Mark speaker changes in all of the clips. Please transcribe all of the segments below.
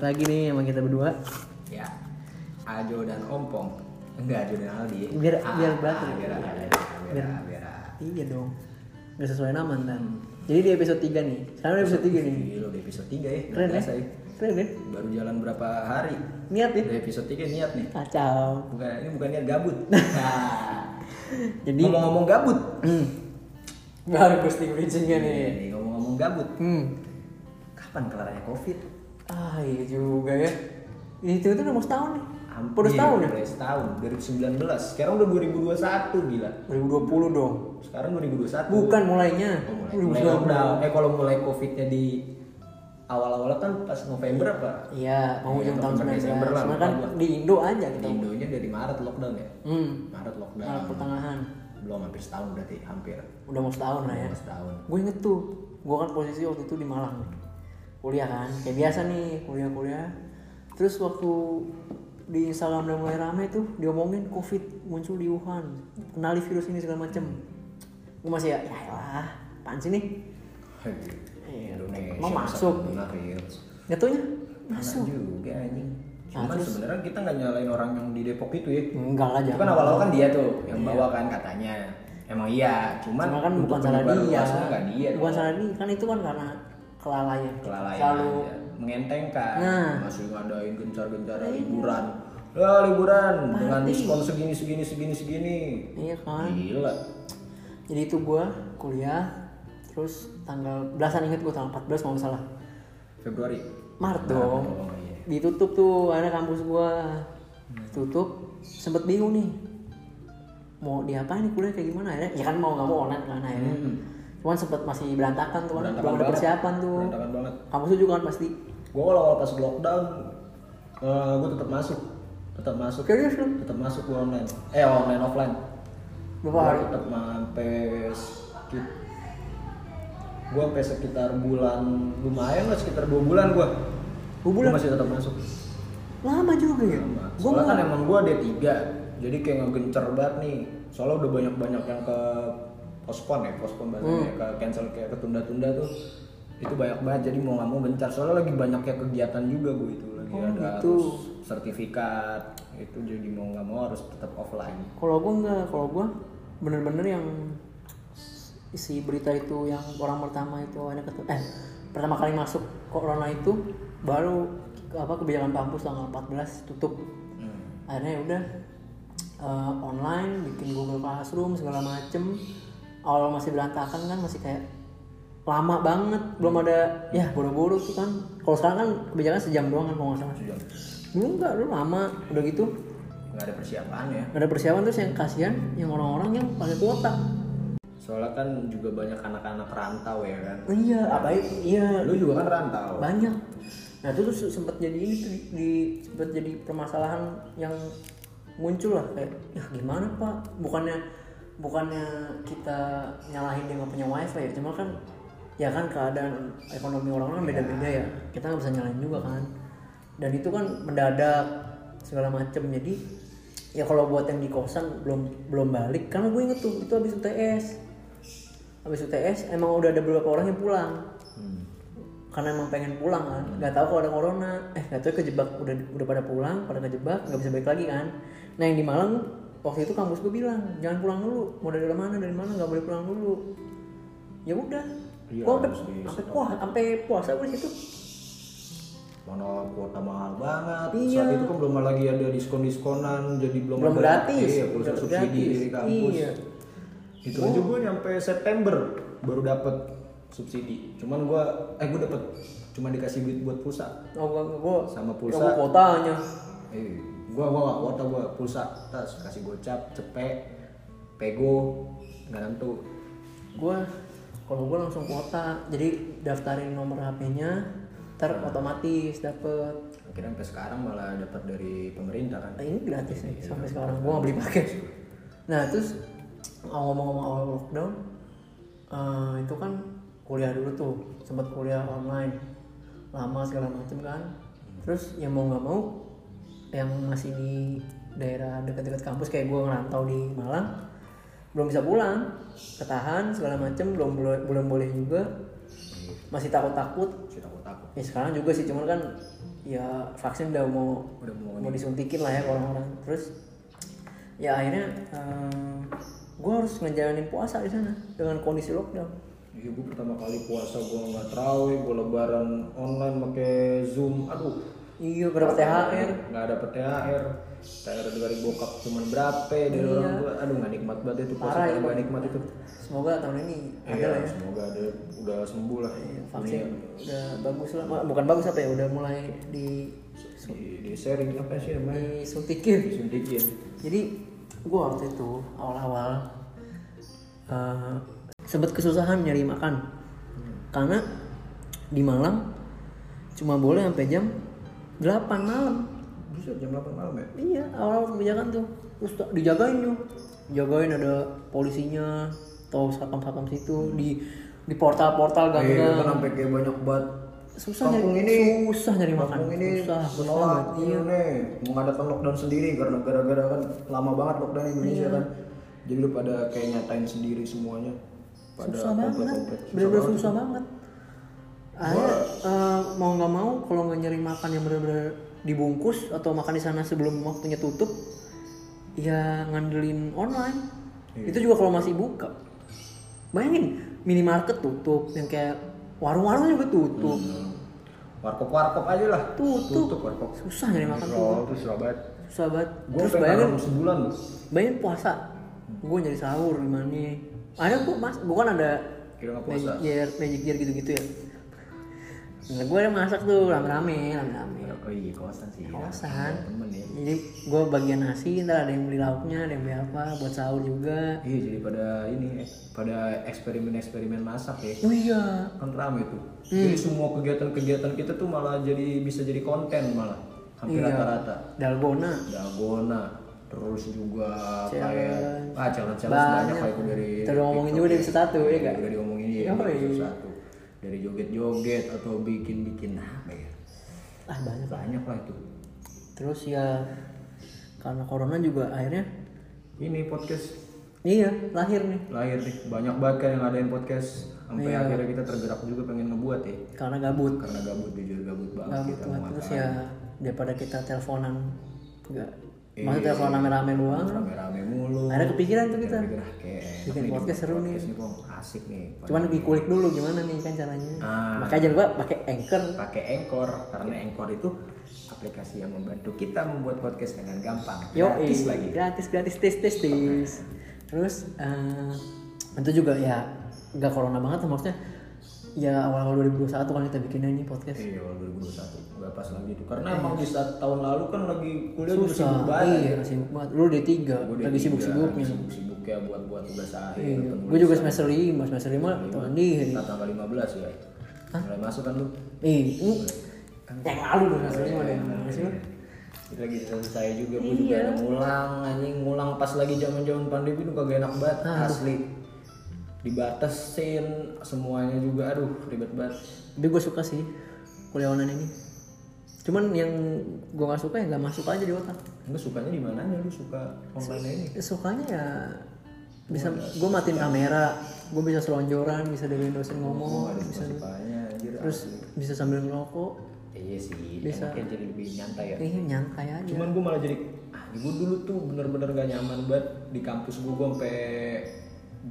Speaker 1: lagi nih sama kita berdua.
Speaker 2: ya Ajo dan Ompong enggak Ajo dan Aldi
Speaker 1: Biar-
Speaker 2: Ah,
Speaker 1: biar
Speaker 2: ah,
Speaker 1: bareng.
Speaker 2: biar ah, biar ah, biar ah, biar ah.
Speaker 1: Iya dong. Hmm. Gak sesuai nama ntar. Jadi di episode 3 nih. Sekarang di episode 3 nih.
Speaker 2: Gila, udah episode 3 ya
Speaker 1: Keren ya?
Speaker 2: Biasa ya.
Speaker 1: Keren ya?
Speaker 2: baru jalan berapa hari
Speaker 1: Niat nih.
Speaker 2: udah episode 3 niat nih
Speaker 1: Kacau.
Speaker 2: bukan ini bukan niat gabut nah
Speaker 1: Jadi
Speaker 2: ngomong-ngomong gabut
Speaker 1: hmm. baru posting bridgingnya nih.
Speaker 2: Ini ngomong-ngomong gabut
Speaker 1: Hmm.
Speaker 2: kapan kelarnya covid
Speaker 1: Ah iya juga ya. Ini itu tuh udah mau setahun nih.
Speaker 2: Hampir,
Speaker 1: Udah setahun ya?
Speaker 2: udah setahun 2019 sekarang udah 2021 gila
Speaker 1: 2020 dong.
Speaker 2: sekarang 2021
Speaker 1: Bukan mulainya.
Speaker 2: Oh, mulai, mulai
Speaker 1: 2019.
Speaker 2: lockdown. Eh kalau mulai covidnya di awal-awal kan pas November apa?
Speaker 1: Iya, mau
Speaker 2: Iya,
Speaker 1: ujung tahun
Speaker 2: November,
Speaker 1: 19.
Speaker 2: Desember lah,
Speaker 1: Cuma kan
Speaker 2: lupa
Speaker 1: di Indo aja gitu.
Speaker 2: Di
Speaker 1: kita.
Speaker 2: Indonya dari Maret lockdown ya.
Speaker 1: Hmm.
Speaker 2: Maret lockdown.
Speaker 1: Malah pertengahan.
Speaker 2: Belum hampir setahun berarti hampir.
Speaker 1: Udah mau setahun lah ya.
Speaker 2: Belum setahun.
Speaker 1: Gue inget tuh, gue kan posisi waktu itu di Malang Kuliah kan, kayak biasa nih kuliah-kuliah Terus waktu di Instagram udah mulai rame tuh diomongin covid muncul di Wuhan Kenali virus ini segala macem Gue masih ya, ya elah, apaan sih nih? Iya.
Speaker 2: Indonesia
Speaker 1: Mau
Speaker 2: masa
Speaker 1: masuk.
Speaker 2: kena virus.
Speaker 1: Gatunya?
Speaker 2: Masuk juga anjing. Cuman
Speaker 1: Nah, terus?
Speaker 2: sebenarnya kita nggak nyalain orang yang di Depok itu ya.
Speaker 1: Enggak lah
Speaker 2: Itu
Speaker 1: jangan
Speaker 2: kan awal-awal kan dia tuh yang bawa kan katanya. Emang iya, cuman
Speaker 1: Iya. Cuma kan
Speaker 2: untuk
Speaker 1: bukan salah
Speaker 2: penyebaran
Speaker 1: dia
Speaker 2: luasnya nggak dia.
Speaker 1: Bukan
Speaker 2: dong.
Speaker 1: salah dia, kan itu kan karena kelalaian
Speaker 2: kelalaian iya.
Speaker 1: Selalu
Speaker 2: aja. mengentengkan
Speaker 1: Nah.
Speaker 2: masih ngadain gencar-gencaran liburan ya liburan dengan
Speaker 1: Party.
Speaker 2: diskon segini segini segini segini
Speaker 1: Iya kan
Speaker 2: gila
Speaker 1: jadi itu gua kuliah terus tanggal belasan inget gua tanggal 14 kalau nggak salah
Speaker 2: Februari
Speaker 1: Maret dong
Speaker 2: oh iya Hmm.
Speaker 1: ditutup tuh ada kampus gua tutup sempet bingung nih mau diapain nih kuliah kayak gimana akhirnya ya kan mau nggak mau online kan akhirnya
Speaker 2: Hmm.
Speaker 1: cuman sempet masih berantakan tuh kan belum ada persiapan tuh
Speaker 2: berantakan banget
Speaker 1: kampus tuh juga kan pasti
Speaker 2: gue awal-awal pas lockdown gue tetap masuk tetap masuk
Speaker 1: serius lu
Speaker 2: tetap masuk gue online eh online offline
Speaker 1: berapa hari
Speaker 2: Gua tetap sampai sekit gue sampai sekitar bulan lumayan lah sekitar dua bulan gue
Speaker 1: Dua bulan?
Speaker 2: masih tetap masuk
Speaker 1: lama juga ya
Speaker 2: Nah,
Speaker 1: gua
Speaker 2: Soalnya kan
Speaker 1: nggak-
Speaker 2: emang gue D3 Jadi kayak ngegencer banget nih Soalnya udah banyak-banyak yang ke postpone ya Postpone
Speaker 1: Hmm.
Speaker 2: bahasanya ke cancel kayak ketunda-tunda tuh Itu banyak banget jadi mau gak mau gencar Soalnya lagi banyak kayak kegiatan juga gue itu Lagi
Speaker 1: Oh,
Speaker 2: ada
Speaker 1: gitu.
Speaker 2: harus sertifikat Itu jadi mau gak mau harus tetap offline
Speaker 1: kalau gua nggak kalau gua bener-bener yang isi berita itu yang orang pertama itu ada ketemu eh pertama kali masuk corona itu baru apa kebijakan kampus tanggal 14 tutup
Speaker 2: Hmm.
Speaker 1: akhirnya ya udah eh, online bikin Google Classroom segala macem awal masih berantakan kan masih kayak lama banget belum ada ya buru-buru tuh kan kalau sekarang kan kebijakan sejam doang kan kalau nggak salah
Speaker 2: Sejam.
Speaker 1: dulu nggak dulu lama udah gitu
Speaker 2: Gak ada persiapan ya
Speaker 1: ada persiapan terus yang kasihan yang orang-orang yang pakai kuota
Speaker 2: Soalnya kan juga banyak anak-anak rantau ya kan
Speaker 1: iya apa itu iya
Speaker 2: Lu juga kan rantau
Speaker 1: banyak nah itu tuh sempat jadi itu di, di- sempet jadi permasalahan yang muncul lah kayak ya gimana pak bukannya bukannya kita nyalahin dia nggak punya wifi ya cuma kan ya kan keadaan ekonomi orang kan beda-beda ya kita nggak bisa nyalahin juga kan dan itu kan mendadak segala macem jadi ya kalau buat yang di kosan belum belum balik karena gue inget tuh itu habis UTS habis UTS emang udah ada beberapa orang yang pulang
Speaker 2: Hmm.
Speaker 1: karena emang pengen pulang kan nggak tahu kalau ada corona eh nggak tahu kejebak udah udah pada pulang pada kejebak nggak bisa balik lagi kan nah yang di Malang waktu itu kampus gue bilang jangan pulang dulu mau dari mana dari mana nggak boleh pulang dulu ya udah
Speaker 2: Iya,
Speaker 1: gua sampai
Speaker 2: harus di-
Speaker 1: sampai puasa sampai puasa gue di situ
Speaker 2: mana kuota mahal banget
Speaker 1: Iya.
Speaker 2: saat itu kan belum lagi ada diskon diskonan jadi belum,
Speaker 1: Belum
Speaker 2: ada-
Speaker 1: gratis.
Speaker 2: iya pulsa
Speaker 1: Belum
Speaker 2: subsidi
Speaker 1: gratis.
Speaker 2: dari kampus
Speaker 1: Iya.
Speaker 2: itu aja gue nyampe September baru dapet subsidi cuman gue eh gue dapet cuma dikasih duit buat pulsa
Speaker 1: oh gue gue
Speaker 2: Sama
Speaker 1: ya
Speaker 2: pulsa.
Speaker 1: gue kotanya
Speaker 2: eh gue gue gak kuota gue pulsa tas kasih gocap cepet pego nggak nentu
Speaker 1: gue kalau gue langsung kuota jadi daftarin nomor HP-nya ter otomatis dapet
Speaker 2: akhirnya sampai sekarang malah dapat dari pemerintah kan
Speaker 1: Nah, ini gratis nih sampai sekarang gua nggak beli paket nah terus ngomong-ngomong awal lockdown eh, itu kan kuliah dulu tuh sempat kuliah online lama segala macem kan terus yang mau nggak mau yang masih di daerah dekat-dekat kampus kayak gua ngerantau di Malang belum bisa pulang ketahan segala macem belum boleh belum boleh juga masih takut-takut
Speaker 2: sih takut takut
Speaker 1: ya sekarang juga sih cuman kan ya vaksin udah mau
Speaker 2: udah mau
Speaker 1: mau disuntikin lah ya ke orang-orang terus ya akhirnya gue harus ngejalanin puasa di sana dengan kondisi lockdown
Speaker 2: Iya gue pertama kali puasa gue nggak terawih, gue lebaran online pakai zoom, aduh
Speaker 1: iya berapa THR
Speaker 2: nggak dapet THR, THR dari bokap cuman berapa dari
Speaker 1: Iya.
Speaker 2: orang tua, aduh nggak nikmat banget itu puasa
Speaker 1: Parah
Speaker 2: paling
Speaker 1: itu.
Speaker 2: nggak nikmat itu.
Speaker 1: semoga tahun ini ada
Speaker 2: Iya,
Speaker 1: lah ya
Speaker 2: semoga ada udah sembuh lah.
Speaker 1: vaksin
Speaker 2: Dunia
Speaker 1: udah bagus lah Ma- bukan bagus apa ya udah mulai di
Speaker 2: Di, di sharing apa sih namanya?
Speaker 1: disuntikin
Speaker 2: Disuntikin.
Speaker 1: jadi gua waktu itu awal-awal eh sempet kesusahan nyari makan karena di Malang cuma boleh sampai jam 8 malam
Speaker 2: Bisa jam 8 malam ya?
Speaker 1: iya awal-awal kebijakan tuh terus tak- dijagain tuh dijagain ada polisinya atau satpam-satpam situ di di portal-portal gang
Speaker 2: Hmm. Iya, kan sampai kayak banyak banget.
Speaker 1: susah
Speaker 2: Kampung
Speaker 1: nyari
Speaker 2: ini-
Speaker 1: susah nyari makan
Speaker 2: Kampung ini
Speaker 1: susah Iya. susah
Speaker 2: menolak ini nih, mengadakan lockdown sendiri karena gara-gara kan lama banget lockdown
Speaker 1: Iya.
Speaker 2: Indonesia kan. Jadi udah pada kayak nyatain sendiri semuanya. Pada
Speaker 1: susah banget
Speaker 2: komplek-komplek. Susah
Speaker 1: bener-bener
Speaker 2: banget.
Speaker 1: susah banget akhirnya eh, mau nggak mau kalau nggak nyari makan yang bener-bener dibungkus atau makan di sana sebelum waktunya tutup ya ngandelin online
Speaker 2: Iya.
Speaker 1: itu juga kalau masih buka bayangin minimarket tutup yang kayak warung-warung juga tutup
Speaker 2: Iya. Warkop-warkop aja lah.
Speaker 1: tutup
Speaker 2: Tutup warkop.
Speaker 1: susah nyari makan tuh
Speaker 2: Surabaya tuh Surabaya.
Speaker 1: susah banget
Speaker 2: Gue
Speaker 1: terus
Speaker 2: pengen
Speaker 1: bayangin
Speaker 2: nabung sebulan loh.
Speaker 1: bayangin puasa gue nyari sahur gimana nih ada kok mas bukan ada
Speaker 2: Kira nggak puasa.
Speaker 1: magic gear, magic gear gitu-gitu ya. Nah, gue masak tuh rame-rame, rame-rame.
Speaker 2: Oh iya kawasan sih.
Speaker 1: Kosan.
Speaker 2: Temen ya.
Speaker 1: Jadi gue bagian nasi, ntar ada yang beli lauknya, ada yang beli apa, buat sahur juga.
Speaker 2: Iya jadi pada ini eh, pada eksperimen-eksperimen masak ya.
Speaker 1: Oh iya,
Speaker 2: kan rame tuh
Speaker 1: Hmm.
Speaker 2: jadi semua kegiatan-kegiatan kita tuh malah jadi bisa jadi konten malah hampir
Speaker 1: Iya.
Speaker 2: rata-rata
Speaker 1: dalgona.
Speaker 2: dalgona terus juga
Speaker 1: Challenge.
Speaker 2: kayak ah challenge challenge banyak
Speaker 1: Banyak.
Speaker 2: kayak itu dari
Speaker 1: Kita udah ngomongin
Speaker 2: TikTok
Speaker 1: juga di episode satu, ya nggak?
Speaker 2: udah diomongin ya
Speaker 1: Yoi.
Speaker 2: di episode satu dari joget-joget atau bikin-bikin apa ya
Speaker 1: Ah banyak.
Speaker 2: banyak lah itu
Speaker 1: Terus ya karena corona juga akhirnya,
Speaker 2: ini podcast
Speaker 1: iya lahir nih.
Speaker 2: lahir nih banyak banget kan yang ngadain podcast sampai
Speaker 1: Iya.
Speaker 2: akhirnya kita tergerak juga pengen ngebuat ya
Speaker 1: Karena gabut,
Speaker 2: karena gabut jujur gabut banget
Speaker 1: gabut
Speaker 2: kita
Speaker 1: banget.
Speaker 2: mau
Speaker 1: Terus ya daripada kita teleponan, enggak.
Speaker 2: Iya.
Speaker 1: Maksudnya telepon rame-rame doang.
Speaker 2: rame-rame mulu
Speaker 1: Akhirnya kepikiran tuh kita.
Speaker 2: Gerah kayak
Speaker 1: Bikin podcast seru nih.
Speaker 2: podcast nih kok asik nih
Speaker 1: Cuman dikulik dulu gimana nih kan caranya.
Speaker 2: Ah.
Speaker 1: Makanya jangan gua pakai anchor.
Speaker 2: pakai Anchor karena Anchor itu aplikasi yang membantu kita membuat podcast dengan gampang
Speaker 1: Yo, iya.
Speaker 2: gratis lagi
Speaker 1: Gratis, gratis, tes, tes, tes. Terus eh, itu juga ya nggak corona banget maksudnya ya awal-awal 2021 kan kita bikinnya ini podcast.
Speaker 2: iya awal 2021 nggak pas lagi itu karena emang di saat tahun lalu kan lagi kuliah udah sibuk
Speaker 1: Susah,
Speaker 2: banget
Speaker 1: iya sibuk banget. Lu D3,
Speaker 2: Gua
Speaker 1: lagi
Speaker 2: D3,
Speaker 1: sibuk-sibuknya.
Speaker 2: lagi sibuk-sibuknya buat buat tugas akhir ketemu
Speaker 1: Gue juga semester 5, semester 5 tahun ini.
Speaker 2: kita tanggal 15 ya mulai masuk kan lu
Speaker 1: Ih, Iya, ini yang lalu dong semester 5
Speaker 2: Iya,
Speaker 1: deh. Maksudnya,
Speaker 2: Kita lagi selesai juga, gue juga ada ngulang anjing ngulang pas lagi zaman zaman pandemi itu kagak enak banget Ah, asli dibatasin semuanya juga aduh ribet banget
Speaker 1: Tapi gue suka sih kuliah online ini. Cuman yang gue gak suka ya gak masuk aja di otak.
Speaker 2: lu sukanya di mananya lu suka online ini
Speaker 1: sukanya ya bisa gue matiin kamera gue bisa selonjoran bisa dengerin dosen
Speaker 2: oh,
Speaker 1: ngomong
Speaker 2: ada suka sukanya anjir
Speaker 1: terus bisa sambil ngerokok
Speaker 2: iya sih enaknya jadi lebih nyantai ya
Speaker 1: ini nyantai aja
Speaker 2: cuman gue malah jadi ah gue dulu tuh bener-bener gak nyaman banget di kampus gue gue sampai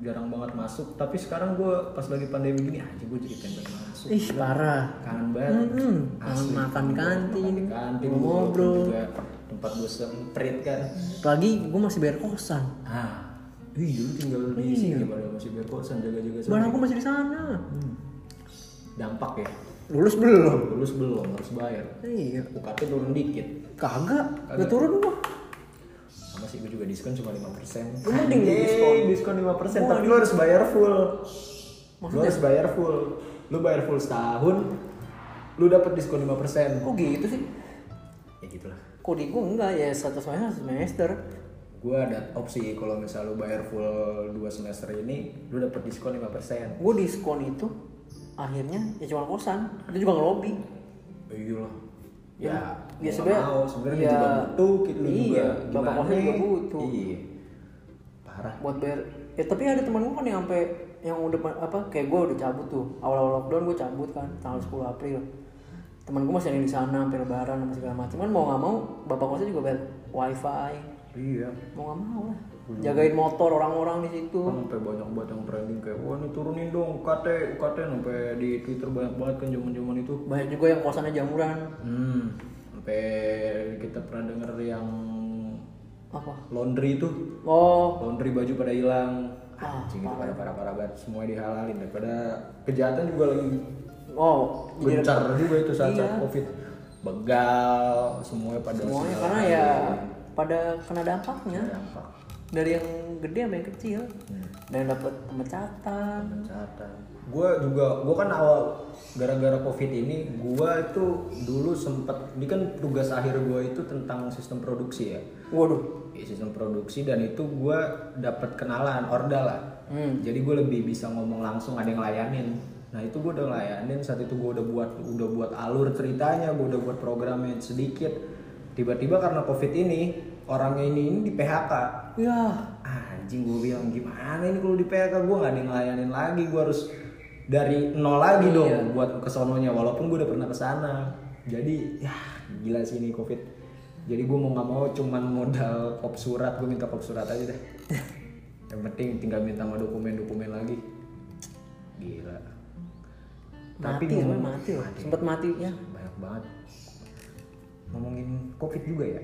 Speaker 2: jarang banget masuk tapi sekarang gue pas lagi pandemi gini anjir gue jadi pengen banget masuk
Speaker 1: ih parah
Speaker 2: kangen banget
Speaker 1: hmm, kangen makan kantin
Speaker 2: di kantin
Speaker 1: mau
Speaker 2: gua
Speaker 1: ngobrol
Speaker 2: juga tempat gue semprit kan
Speaker 1: lagi gue masih bayar kosan
Speaker 2: ah Wih, dulu tinggal di sini pada masih biar kosan jaga-jaga sama.
Speaker 1: Iya. barang gue masih di sana
Speaker 2: Dampak ya,
Speaker 1: Hmm. lulus belum
Speaker 2: lulus belum harus bayar.
Speaker 1: iya
Speaker 2: UKT turun dikit,
Speaker 1: kagak udah turun gue
Speaker 2: sama sih gue juga diskon cuma 5% persen.
Speaker 1: mending diskon.
Speaker 2: diskon 5% tapi lu harus bayar full. Lu
Speaker 1: Maksudnya?
Speaker 2: harus bayar full. Lu bayar full setahun, lu dapat diskon 5%
Speaker 1: kok gitu sih
Speaker 2: Ya gitulah.
Speaker 1: kok di gue enggak ya satu semester satu semester
Speaker 2: gue ada opsi kalau misal lu bayar full 2 semester ini lu dapet diskon 5%
Speaker 1: gue diskon itu akhirnya ya cuma kosan itu juga ngelobi
Speaker 2: oh, iyalah ya
Speaker 1: ya
Speaker 2: mau
Speaker 1: sebenarnya-
Speaker 2: mau,
Speaker 1: ya,
Speaker 2: sebenarnya dia juga butuh gitu lu
Speaker 1: iya,
Speaker 2: juga
Speaker 1: bapak kosnya juga butuh.
Speaker 2: iya parah
Speaker 1: buat bayar ya tapi ada teman gue kan yang sampai yang udah apa kayak gue udah cabut tuh awal awal lockdown gue cabut kan tanggal 10 April teman gue masih ada yang di sana sampai lebaran sama segala macam kan mau nggak mau bapak kosnya juga bayar wifi
Speaker 2: iya
Speaker 1: mau nggak mau lah jagain motor orang-orang di situ
Speaker 2: kan sampai banyak banget yang trending kayak wah ini turunin dong UKT UKT sampai di Twitter banyak banget kan zaman-zaman itu
Speaker 1: banyak juga yang kosannya jamuran
Speaker 2: hmm sampai kita pernah denger yang
Speaker 1: apa
Speaker 2: laundry itu
Speaker 1: oh
Speaker 2: laundry baju pada hilang
Speaker 1: Ah,
Speaker 2: anjing itu pada parah parah banget semua dihalalin daripada kejahatan juga lagi
Speaker 1: oh jadi
Speaker 2: gencar juga itu saat saat
Speaker 1: Iya.
Speaker 2: covid begal semuanya pada
Speaker 1: semuanya
Speaker 2: segala
Speaker 1: karena ya pada kena dampaknya
Speaker 2: dampak
Speaker 1: dari yang gede sampai yang kecil dan yang dapat pemecatan
Speaker 2: kejahatan gue juga gue kan awal gara-gara covid ini gue itu dulu sempet ini kan tugas akhir gue itu tentang sistem produksi ya
Speaker 1: waduh
Speaker 2: Ya, sistem produksi dan itu gue dapat kenalan orda lah
Speaker 1: Hmm.
Speaker 2: jadi gue lebih bisa ngomong langsung ada yang layanin nah itu gue udah layanin saat itu gue udah buat udah buat alur ceritanya gue udah buat programnya sedikit tiba-tiba karena covid ini orang ini ini di PHK
Speaker 1: ya
Speaker 2: anjing gue bilang gimana ini kalau di PHK gue nggak ada yang ngelayanin lagi gue harus dari nol lagi dong
Speaker 1: Iya.
Speaker 2: buat kesononya walaupun gue udah pernah kesana jadi ya gila sih ini covid jadi gue mau nggak mau cuman modal kop surat gue minta kop surat aja deh yang penting tinggal minta sama dokumen-dokumen lagi gila
Speaker 1: mati
Speaker 2: ngomong-
Speaker 1: sebenarnya mati loh sempat mati ya
Speaker 2: banyak banget ngomongin covid juga ya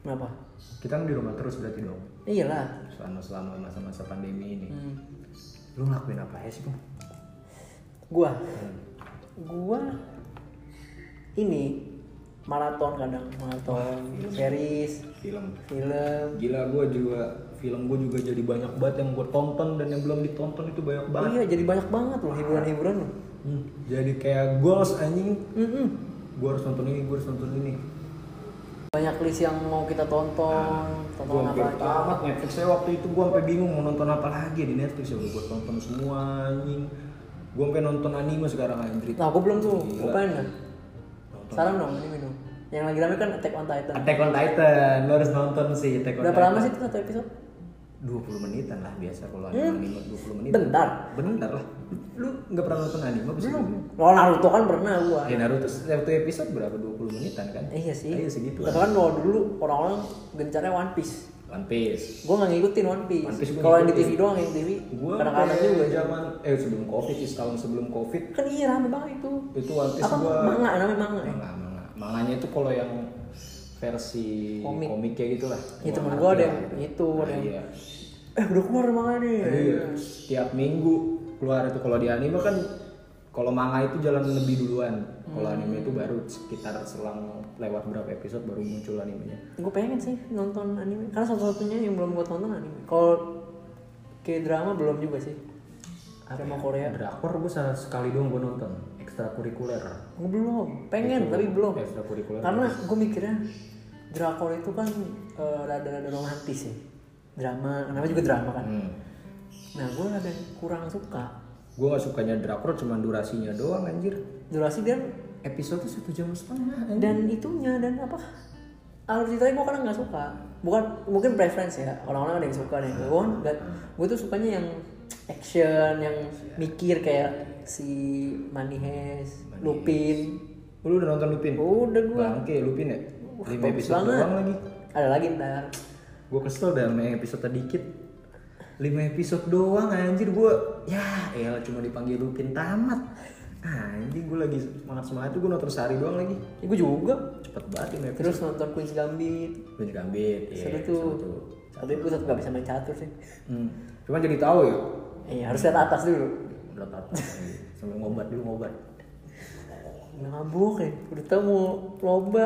Speaker 1: kenapa
Speaker 2: kita kan di rumah terus berarti dong
Speaker 1: iyalah
Speaker 2: selama selama masa-masa pandemi ini
Speaker 1: hmm.
Speaker 2: lu ngelakuin apa aja sih bang?
Speaker 1: gua
Speaker 2: Hmm.
Speaker 1: gua ini maraton kadang maraton series
Speaker 2: film
Speaker 1: film
Speaker 2: gila gue juga film gue juga jadi banyak banget yang gue tonton dan yang belum ditonton itu banyak banget
Speaker 1: iya jadi banyak banget loh hiburan-hiburan loh
Speaker 2: Hmm, jadi kayak gue harus anjing
Speaker 1: Mm-mm.
Speaker 2: gue harus nonton ini gue harus nonton ini
Speaker 1: banyak list yang mau kita Oh, tonton
Speaker 2: gue
Speaker 1: tonton
Speaker 2: Nah, hampir
Speaker 1: apa aja
Speaker 2: tamat Netflix saya waktu itu gue sampai bingung mau nonton apa lagi di Netflix ya gue tonton semua anjing gue sampai nonton anime sekarang anjing
Speaker 1: nah gua belum tuh gua
Speaker 2: Gila.
Speaker 1: pengen dah.
Speaker 2: nonton
Speaker 1: saran dong ini minum yang lagi rame kan Attack on Titan
Speaker 2: Attack on Titan lo harus nonton sih Attack on
Speaker 1: berapa
Speaker 2: Titan
Speaker 1: lama sih itu satu episode
Speaker 2: 20 menitan lah biasa kalau anime anime 20 menit
Speaker 1: Hmm. bentar
Speaker 2: Bentar lah. Lu nggak pernah nonton anime bisa belum?
Speaker 1: lo Naruto kan pernah gua
Speaker 2: Ya Naruto satu episode berapa? 20 menitan kan?
Speaker 1: Eh, iya sih
Speaker 2: Iya segitu
Speaker 1: Tapi
Speaker 2: lah.
Speaker 1: kan kalau dulu orang-orang gencarnya One Piece
Speaker 2: One Piece.
Speaker 1: gue gak ngikutin One
Speaker 2: One
Speaker 1: Piece,
Speaker 2: Piece gua
Speaker 1: kalau yang di TV
Speaker 2: ngikutin.
Speaker 1: doang yang di TV
Speaker 2: Gua
Speaker 1: kadang-kadang
Speaker 2: kayak
Speaker 1: juga
Speaker 2: zaman eh sebelum Covid sih tahun sebelum Covid
Speaker 1: kan iya rame banget itu
Speaker 2: itu One Piece
Speaker 1: apa
Speaker 2: gua
Speaker 1: manga namanya manga ya
Speaker 2: manga manga. Manganya itu kalau yang versi
Speaker 1: Komik.
Speaker 2: komiknya gitu lah.
Speaker 1: Ya,
Speaker 2: Gua
Speaker 1: temen
Speaker 2: ngerti
Speaker 1: gua ada
Speaker 2: lah
Speaker 1: yang itu,
Speaker 2: Nah,
Speaker 1: ada yang-
Speaker 2: iya.
Speaker 1: eh udah keluar manga nih
Speaker 2: Iya. Tiap minggu keluar itu kalau di anime kan kalau manga itu jalan lebih duluan. Kalau anime itu baru sekitar selang lewat berapa episode baru muncul animenya.
Speaker 1: gue pengen sih nonton anime karena satu-satunya yang belum gue tonton anime kalau kayak drama belum juga sih drama
Speaker 2: ya?
Speaker 1: Korea
Speaker 2: Drakor gue sekali doang gue nonton ekstrakurikuler.
Speaker 1: gue belum
Speaker 2: Iya,
Speaker 1: pengen tapi belum
Speaker 2: Ekstrakurikuler.
Speaker 1: karena gue mikirnya drakor itu kan eh, rada-rada romantis ya drama namanya juga drama kan
Speaker 2: Hmm.
Speaker 1: nah gue ada yang kurang suka
Speaker 2: Gue gak sukanya drakor cuman durasinya doang anjir.
Speaker 1: durasi dan
Speaker 2: Episode satu jam setengah.
Speaker 1: kan?
Speaker 2: anjir.
Speaker 1: dan itunya dan apa alur ceritanya gue kadang nggak suka bukan mungkin preference ya orang-orang ada yang suka nih gue nggak gue tuh sukanya yang action yang mikir kayak si Manihes Lupin
Speaker 2: Lu Oh, udah nonton Lupin?
Speaker 1: udah gue
Speaker 2: Bangke Lupin ya. Lima
Speaker 1: bagus
Speaker 2: episode
Speaker 1: banget.
Speaker 2: doang lagi.
Speaker 1: ada lagi ntar
Speaker 2: Gue kesel dah sama yang episode dikit. Lima episode doang anjir gue. Ya elah cuma dipanggil Lupin tamat. Ah, Anjing gue lagi semangat semangat tuh gue nonton sehari doang lagi.
Speaker 1: gue Ya, juga
Speaker 2: Cepet banget lima episode.
Speaker 1: terus nonton Queen's Gambit
Speaker 2: Gue gambit. iya,
Speaker 1: seru tuh
Speaker 2: seru tuh.
Speaker 1: tapi gue tetap gak bisa main catur sih
Speaker 2: Hmm. Cuman jadi tahu ya.
Speaker 1: iya harus lihat atas dulu
Speaker 2: udah apa sambil ngobat dulu ngobat
Speaker 1: mabuk ya udah tau mau lomba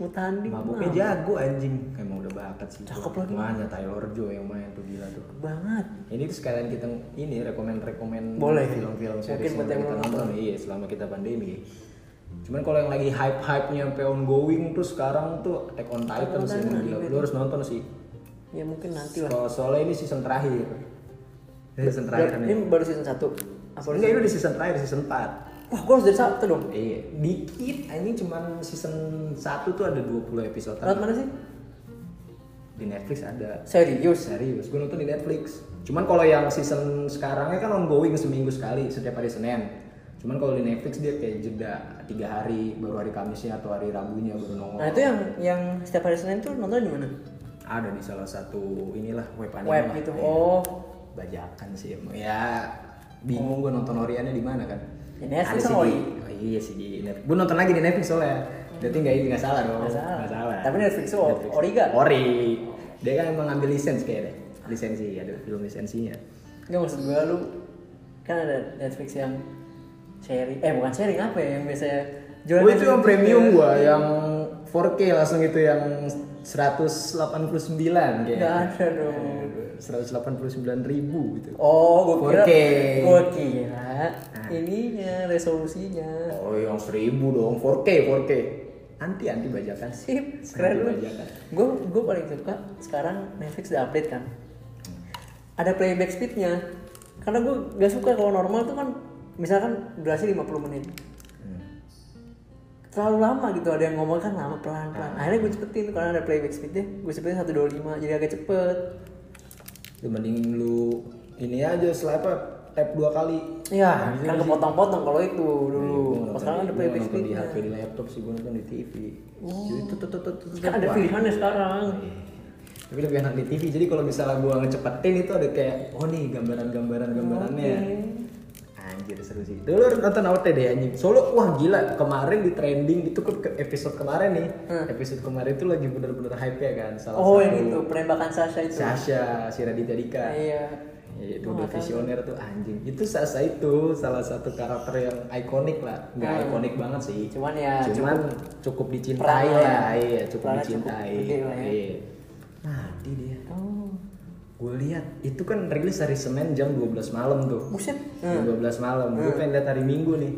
Speaker 1: mau tanding
Speaker 2: mabuknya jago anjing emang udah bakat sih
Speaker 1: Cakep lagi.
Speaker 2: mana Taylor Joe yang main tuh gila tuh
Speaker 1: banget
Speaker 2: ini tuh sekalian kita ini rekomend rekomend
Speaker 1: Boleh.
Speaker 2: film-film
Speaker 1: Mungkin
Speaker 2: series yang
Speaker 1: buat yang
Speaker 2: kita
Speaker 1: belum
Speaker 2: nonton iya selama kita pandemi cuman kalau yang lagi hype hype nya sampai ongoing tuh sekarang tuh Attack on Titan gitu. sih emang gila lu harus nonton sih
Speaker 1: ya mungkin nanti lah Eh,
Speaker 2: kalau soalnya ini season terakhir ini season terakhir
Speaker 1: ya, Ini
Speaker 2: nih
Speaker 1: baru season 1 Apa
Speaker 2: enggak ya? ini udah season terakhir season 4
Speaker 1: Wah gue harus dari satu dong
Speaker 2: Iya, dikit anjing cuman season 1 tuh ada 20 episode.
Speaker 1: Lewat mana sih?
Speaker 2: Di Netflix ada.
Speaker 1: Serius
Speaker 2: Serius, gue nonton di Netflix. Cuman kalau yang season sekarangnya kan ongoing seminggu sekali setiap hari Senin. Cuman kalau di Netflix dia kayak jeda tiga hari baru hari Kamisnya atau hari Rabunya baru nongol
Speaker 1: Nah itu yang yang setiap hari Senin tuh nonton di mana?
Speaker 2: ada di salah satu inilah web anime
Speaker 1: Web
Speaker 2: lah.
Speaker 1: gitu.
Speaker 2: Iya.
Speaker 1: Oh,
Speaker 2: bajakan sih emang ya bingung gue nonton Oriannya di mana kan
Speaker 1: Ya, Netflix
Speaker 2: sih
Speaker 1: sama
Speaker 2: di- oh iya sih di Netflix gue nonton lagi di Netflix soalnya berarti nggak ini nggak salah dong
Speaker 1: Nggak salah.
Speaker 2: Nggak salah
Speaker 1: Tapi Netflix tuh Ori kan?
Speaker 2: Ori dia kan emang ngambil lisensi kayaknya lisensi ada film lisensinya
Speaker 1: nggak maksud gue lu kan ada Netflix yang sharing, eh bukan sharing apa ya yang biasanya jualan
Speaker 2: gue itu yang
Speaker 1: Netflix
Speaker 2: premium
Speaker 1: ya.
Speaker 2: gue yang 4K langsung itu yang 189
Speaker 1: Nggak
Speaker 2: kayaknya
Speaker 1: ada dong.
Speaker 2: 189 ribu gitu
Speaker 1: Oh, gue kira,
Speaker 2: 4K.
Speaker 1: gue kira
Speaker 2: Nah.
Speaker 1: ininya resolusinya.
Speaker 2: Oh yang seribu dong, 4K, 4K. Anti anti bajakan sih.
Speaker 1: Sip, keren lu.
Speaker 2: Bajakan.
Speaker 1: Gue gue paling suka sekarang Netflix udah update kan.
Speaker 2: Hmm.
Speaker 1: Ada playback speednya. Karena gue gak suka kalau normal tuh kan misalkan durasi 50 menit.
Speaker 2: Hmm.
Speaker 1: Terlalu lama gitu ada yang ngomong kan lama pelan-pelan. Akhirnya gue cepetin karena ada playback speednya. Gue cepetin 125 jadi agak cepet.
Speaker 2: Lu Ya, mending lu ini aja swipe up, tap dua kali. Nah,
Speaker 1: Ya, kan kepotong-potong kalau itu dulu.
Speaker 2: Iya, Gua nggak
Speaker 1: Kalau sekarang ada
Speaker 2: nonton-
Speaker 1: playback
Speaker 2: gua nonton di
Speaker 1: speednya.
Speaker 2: HP di laptop sih gue nonton di TV. Jadi tut, tut, tut, tut, tut,
Speaker 1: Oh. Kan ada
Speaker 2: wah.
Speaker 1: pilihannya sekarang.
Speaker 2: Iya. Tapi lebih enak di TV. Jadi kalau misalnya gua ngecepetin itu ada kayak oh nih gambaran-gambaran gambarannya. Anjir seru sih. Dulu nonton OT deh anjing. Solo wah gila kemarin di trending itu ke ke episode kemarin nih. Episode kemarin itu lagi bener-bener hype ya kan. Salah
Speaker 1: Oh,
Speaker 2: satu
Speaker 1: yang itu penembakan Sasha itu.
Speaker 2: Sasha, si Raditya Dika.
Speaker 1: Iya.
Speaker 2: Ya, itu udah visioner tuh anjing. Itu Sasha itu salah satu karakter yang ikonik lah. Nggak
Speaker 1: Ah.
Speaker 2: ikonik banget sih.
Speaker 1: Cuman ya
Speaker 2: Cuman cukup, dicintai
Speaker 1: Perannya
Speaker 2: lah.
Speaker 1: ya.
Speaker 2: Iya, cukup
Speaker 1: Perannya
Speaker 2: dicintai.
Speaker 1: cukup gede lah ya.
Speaker 2: Iya. Mati dia.
Speaker 1: Oh,
Speaker 2: Gue lihat itu kan rilis hari Senin jam 12 malam tuh.
Speaker 1: buset.
Speaker 2: Jam 12 malam.
Speaker 1: Hmm.
Speaker 2: Gue pengen lihat hari Minggu nih.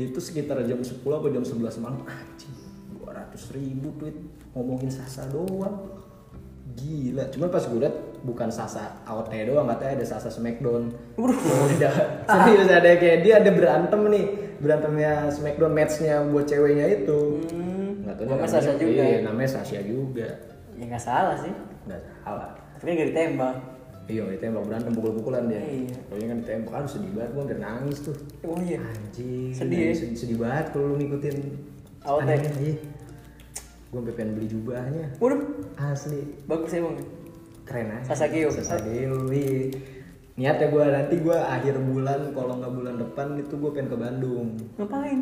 Speaker 2: Itu sekitar jam 10 atau jam 11 malam. Anjing. 200 ribu tweet ngomongin Sasa doang. Gila, cuman pas gue liat bukan Sasa AOT doang, katanya ada Sasa Smackdown. Ada, serius ada kayak dia ada berantem nih, berantemnya Smackdown matchnya buat ceweknya itu. Nggak tahu dia
Speaker 1: Namanya Sasha Hmm. juga.
Speaker 2: Iya, namanya Sasha juga.
Speaker 1: Ya nggak salah sih.
Speaker 2: Nggak salah.
Speaker 1: Tapi kan gak ditembak.
Speaker 2: Iya, ditembak berantem pukul-pukulan dia.
Speaker 1: Iya.
Speaker 2: Pokoknya kan ditembak, aduh sedih banget, gue hampir nangis tuh.
Speaker 1: Oh iya.
Speaker 2: Anjing,
Speaker 1: Sedih ya?
Speaker 2: nangis, sedih, sedih banget kalau lu ngikutin
Speaker 1: Awet ya?
Speaker 2: anime, iya. Gue sampai pengen beli jubahnya.
Speaker 1: Waduh,
Speaker 2: Asli,
Speaker 1: bagus ya bang.
Speaker 2: keren aja.
Speaker 1: Sasageo.
Speaker 2: Sasageo, iya. Niatnya gue nanti gue akhir bulan, kalau nggak bulan depan itu gue pengen ke Bandung.
Speaker 1: Ngapain?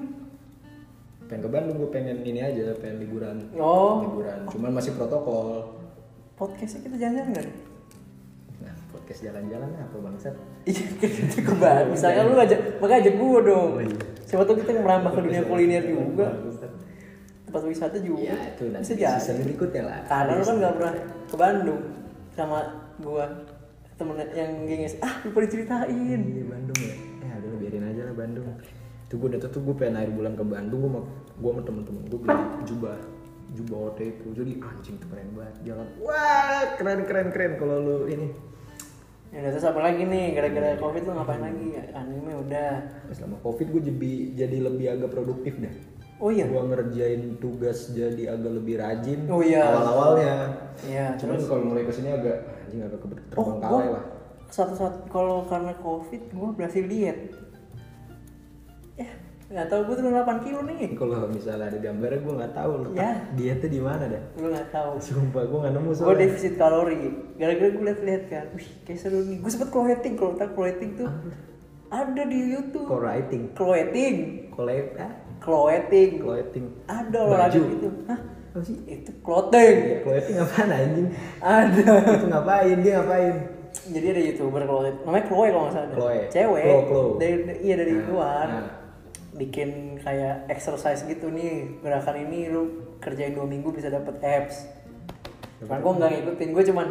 Speaker 2: Pengen ke Bandung, gue pengen ini aja, pengen liburan.
Speaker 1: Oh,
Speaker 2: Liburan, cuman masih protokol.
Speaker 1: podcastnya kita jalan-jalan nggak?
Speaker 2: Nah, podcast jalan-jalan apa bangsat?
Speaker 1: Iya, kita ke Bali. Misalnya lu ngajak, maka ajak gua dong.
Speaker 2: Oh, iya.
Speaker 1: Siapa tahu kita merambah ke dunia kuliner juga,
Speaker 2: Bangsat.
Speaker 1: tempat wisata juga.
Speaker 2: Ya itu nanti
Speaker 1: Bisa
Speaker 2: di
Speaker 1: jadi.
Speaker 2: season berikutnya lah.
Speaker 1: Karena lu kan nggak pernah ke Bandung sama gua temen yang gengs ah lupa diceritain
Speaker 2: Iya Bandung ya. Ya udah biarin aja lah Bandung. Itu gue udah tuh gue pengen akhir bulan ke Bandung gue sama gue sama temen-temen gue beli jubah jubah OT itu jadi anjing tuh keren banget jalan wah keren keren keren kalau lu ini
Speaker 1: ya udah terus apa lagi nih gara-gara covid lu ngapain lagi Ya, anime udah
Speaker 2: Nah, selama covid gue jadi jadi lebih agak produktif dah
Speaker 1: oh iya
Speaker 2: gue ngerjain tugas jadi agak lebih rajin
Speaker 1: Oh, iya.
Speaker 2: awal-awalnya
Speaker 1: iya
Speaker 2: cuman kalau mulai kesini agak anjing agak keber-
Speaker 1: Oh,
Speaker 2: terbengkalai
Speaker 1: gua
Speaker 2: lah
Speaker 1: satu satu kalau karena covid gua berhasil diet. Ya, nggak tahu gua turun 8 kilo nih.
Speaker 2: kalau misalnya ada gambarnya gue nggak tahu letak
Speaker 1: Ya.
Speaker 2: dietnya di mana dah
Speaker 1: Lu nggak tahu.
Speaker 2: sumpah gue nggak nemu
Speaker 1: Gua
Speaker 2: soalnya
Speaker 1: defisit kalori. Gara-gara gua lihat-lihat kan, wih kayak seru nih. Gua sempet cloheting, kalau tak cloheting tuh ada di YouTube.
Speaker 2: co-writing
Speaker 1: Cloheting,
Speaker 2: co-write ah
Speaker 1: cloheting,
Speaker 2: co-writing
Speaker 1: ada olahraga
Speaker 2: Baju.
Speaker 1: gitu. Hah?
Speaker 2: apa sih
Speaker 1: Itu clothing.
Speaker 2: ya co-writing apaan anjing
Speaker 1: Ada.
Speaker 2: itu ngapain dia ngapain
Speaker 1: Jadi ada youtuber kalau namanya Chloe kalau nggak salah.
Speaker 2: Chloe.
Speaker 1: Cewek.
Speaker 2: Chloe, Chloe.
Speaker 1: Dari, iya dari
Speaker 2: Nah,
Speaker 1: luar.
Speaker 2: nah.
Speaker 1: Bikin kayak exercise gitu nih gerakan ini lu kerjain dua minggu bisa dapet abs. Cuman gue nggak ngikutin, gue cuman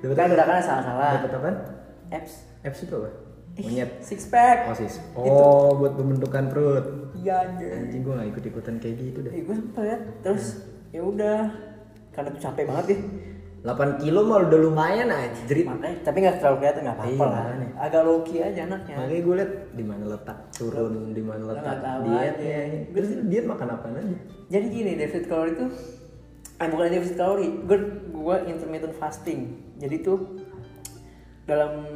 Speaker 2: Dapet
Speaker 1: kan
Speaker 2: apa?
Speaker 1: gerakannya salah-salah.
Speaker 2: dapat apaan
Speaker 1: Abs.
Speaker 2: apps itu apa
Speaker 1: Ih,
Speaker 2: monyet
Speaker 1: Six pack.
Speaker 2: oh sis oh buat pembentukan perut
Speaker 1: Iya anjir.
Speaker 2: anjing gue nggak ikut ikutan kayak gitu deh
Speaker 1: gue sempet liat, terus ya udah karena tuh capek banget ya.
Speaker 2: 8 kilo mah udah lumayan anjir
Speaker 1: Makanya, tapi nggak terlalu kelihatan nggak apa-apa
Speaker 2: Iya,
Speaker 1: lah.
Speaker 2: makanya.
Speaker 1: Agak low key aja anaknya.
Speaker 2: makanya gue liat di mana letak turun di mana letak Iya,
Speaker 1: nggak tahu
Speaker 2: dietnya
Speaker 1: aja.
Speaker 2: anjing. terus diet makan apaan aja
Speaker 1: Jadi gini, defisit kalori itu eh bukan defisit kalori, gue gue intermittent fasting. Jadi tuh dalam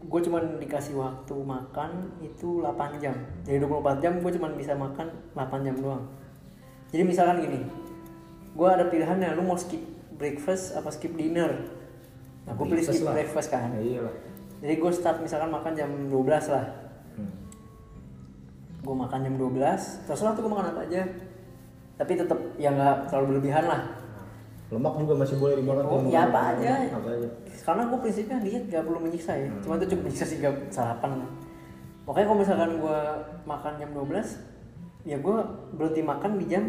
Speaker 1: gue cuman dikasih waktu makan itu 8 jam dari 24 jam gue cuman bisa makan 8 jam doang jadi misalkan gini gue ada pilihannya lu mau skip breakfast apa skip dinner nah gue pilih skip
Speaker 2: lah.
Speaker 1: breakfast kan
Speaker 2: Ya, iya lah.
Speaker 1: jadi gue start misalkan makan jam 12 lah
Speaker 2: Hmm.
Speaker 1: gue makan jam 12 terserah tuh gue makan apa aja tapi tetap ya nggak terlalu berlebihan lah
Speaker 2: Lemak juga masih boleh dimakan.
Speaker 1: Oh,
Speaker 2: kalau
Speaker 1: iya,
Speaker 2: mau.
Speaker 1: apa aja.
Speaker 2: Apa aja.
Speaker 1: karena gue prinsipnya diet gak perlu menyiksa ya cuma itu cukup menyiksa sih gak sarapan pokoknya kalau misalkan gue makan jam 12 ya gue berhenti makan di jam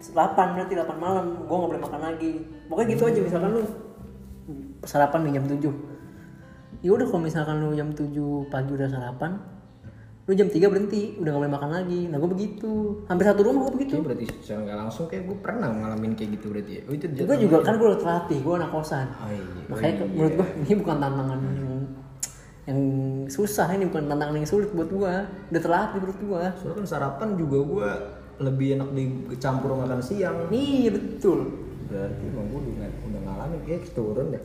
Speaker 1: 8 berarti 8 malam gue gak boleh makan lagi pokoknya gitu aja misalkan lu sarapan di jam 7 ya udah kalau misalkan lu jam 7 pagi udah sarapan lu jam 3 berhenti udah gak boleh makan lagi nah gue begitu hampir satu rumah gue begitu
Speaker 2: Itu berarti secara nggak langsung kayak gue pernah ngalamin kayak gitu berarti ya. Oh, itu
Speaker 1: gue juga kan gue udah terlatih gue anak kosan
Speaker 2: Oh, iya.
Speaker 1: makanya ke- menurut gue ini bukan tantangan yang yang susah ini bukan tantangan yang sulit buat gue udah terlatih menurut gue
Speaker 2: Soalnya kan sarapan juga gue lebih enak dicampur makan siang.
Speaker 1: nih Iya, betul
Speaker 2: Berarti emang gue udah, udah ngalamin kayak turun deh.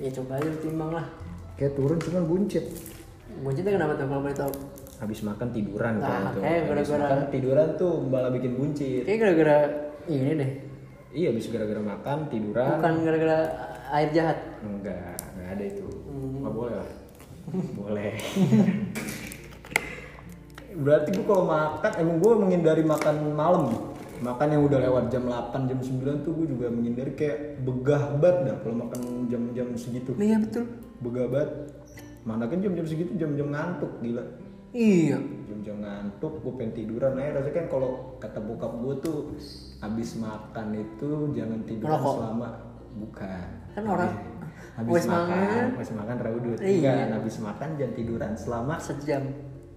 Speaker 1: ya coba aja timbang lah
Speaker 2: Kayak turun cuman buncit.
Speaker 1: gue cerita kenapa tuh kalau boleh tahu
Speaker 2: Habis makan tiduran
Speaker 1: Nah,
Speaker 2: kayak itu.
Speaker 1: kayak
Speaker 2: Habis
Speaker 1: gara-gara-
Speaker 2: makan tiduran tuh malah bikin buncit.
Speaker 1: kayak gara-gara ini deh
Speaker 2: Iya, habis gara-gara makan tiduran.
Speaker 1: bukan gara-gara air jahat
Speaker 2: Enggak, enggak ada itu. Enggak boleh lah. boleh. Berarti gua kalau makan, emang gua menghindari makan malam. Makan yang udah lewat jam 8, jam 9 tuh gua juga menghindari kayak begah banget dah kalau makan jam-jam segitu.
Speaker 1: iya betul
Speaker 2: Begah banget. Mana kan jam-jam segitu jam-jam ngantuk gila.
Speaker 1: iya
Speaker 2: Jam-jam ngantuk, gua pengen tiduran aja rasanya kan kalau kata bokap gua tuh habis makan itu jangan tidur
Speaker 1: Merokok.
Speaker 2: selama bukan
Speaker 1: kan orang
Speaker 2: Iya. habis
Speaker 1: Wes
Speaker 2: makan,
Speaker 1: makan.
Speaker 2: habis makan raudut.
Speaker 1: Iya.
Speaker 2: Enggak, habis makan jangan tiduran selama
Speaker 1: sejam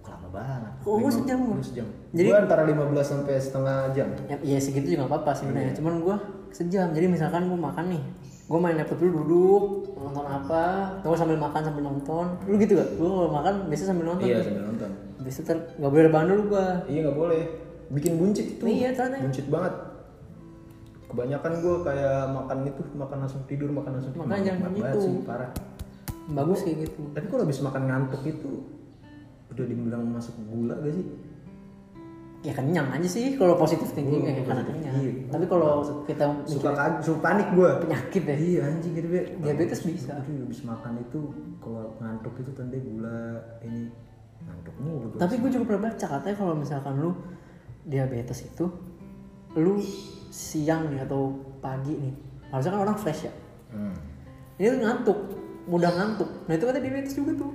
Speaker 2: lama banget.
Speaker 1: Oh,
Speaker 2: Lima-
Speaker 1: sejam lu?
Speaker 2: sejam. Jadi
Speaker 1: Jadi-
Speaker 2: antara 15 sampai setengah jam.
Speaker 1: ya, ya segitu juga nggak apa-apa
Speaker 2: Iya.
Speaker 1: sebenarnya cuman gue sejam jadi misalkan gue makan nih gue main laptop dulu duduk nonton apa gue sambil makan sambil nonton lu gitu gak gue kalau makan biasa sambil nonton
Speaker 2: Iya, sambil nonton.
Speaker 1: Habis itu ter nggak boleh rebahan dulu gue
Speaker 2: Iya, nggak boleh. Bikin buncit itu.
Speaker 1: Iya, ternyata.
Speaker 2: Buncit banget. Kebanyakan gue kayak makan itu, makan langsung tidur, makan langsung tidur.
Speaker 1: Makanya
Speaker 2: Makan
Speaker 1: jangan
Speaker 2: banget
Speaker 1: gitu.
Speaker 2: sih, parah.
Speaker 1: bagus kayak gitu
Speaker 2: Tapi kalau habis makan ngantuk itu udah dibilang masuk gula gak sih?
Speaker 1: ya kenyang aja sih kalau positif thinking ya karena kenyang
Speaker 2: Iya.
Speaker 1: tapi kalau kita
Speaker 2: Suka,
Speaker 1: mikir
Speaker 2: kag- suka panik gue.
Speaker 1: penyakit ya
Speaker 2: Iya anjing gitu Be.
Speaker 1: Diabetes bisa.
Speaker 2: Aduh, habis makan itu kalau ngantuk itu tanda gula ini ngantuk mulu. gua.
Speaker 1: tapi gue juga pernah baca katanya kalau misalkan lu diabetes itu lu siang nih atau pagi nih harusnya kan orang fresh ya
Speaker 2: Hmm.
Speaker 1: ini tuh ngantuk mudah ngantuk nah itu katanya diabetes juga tuh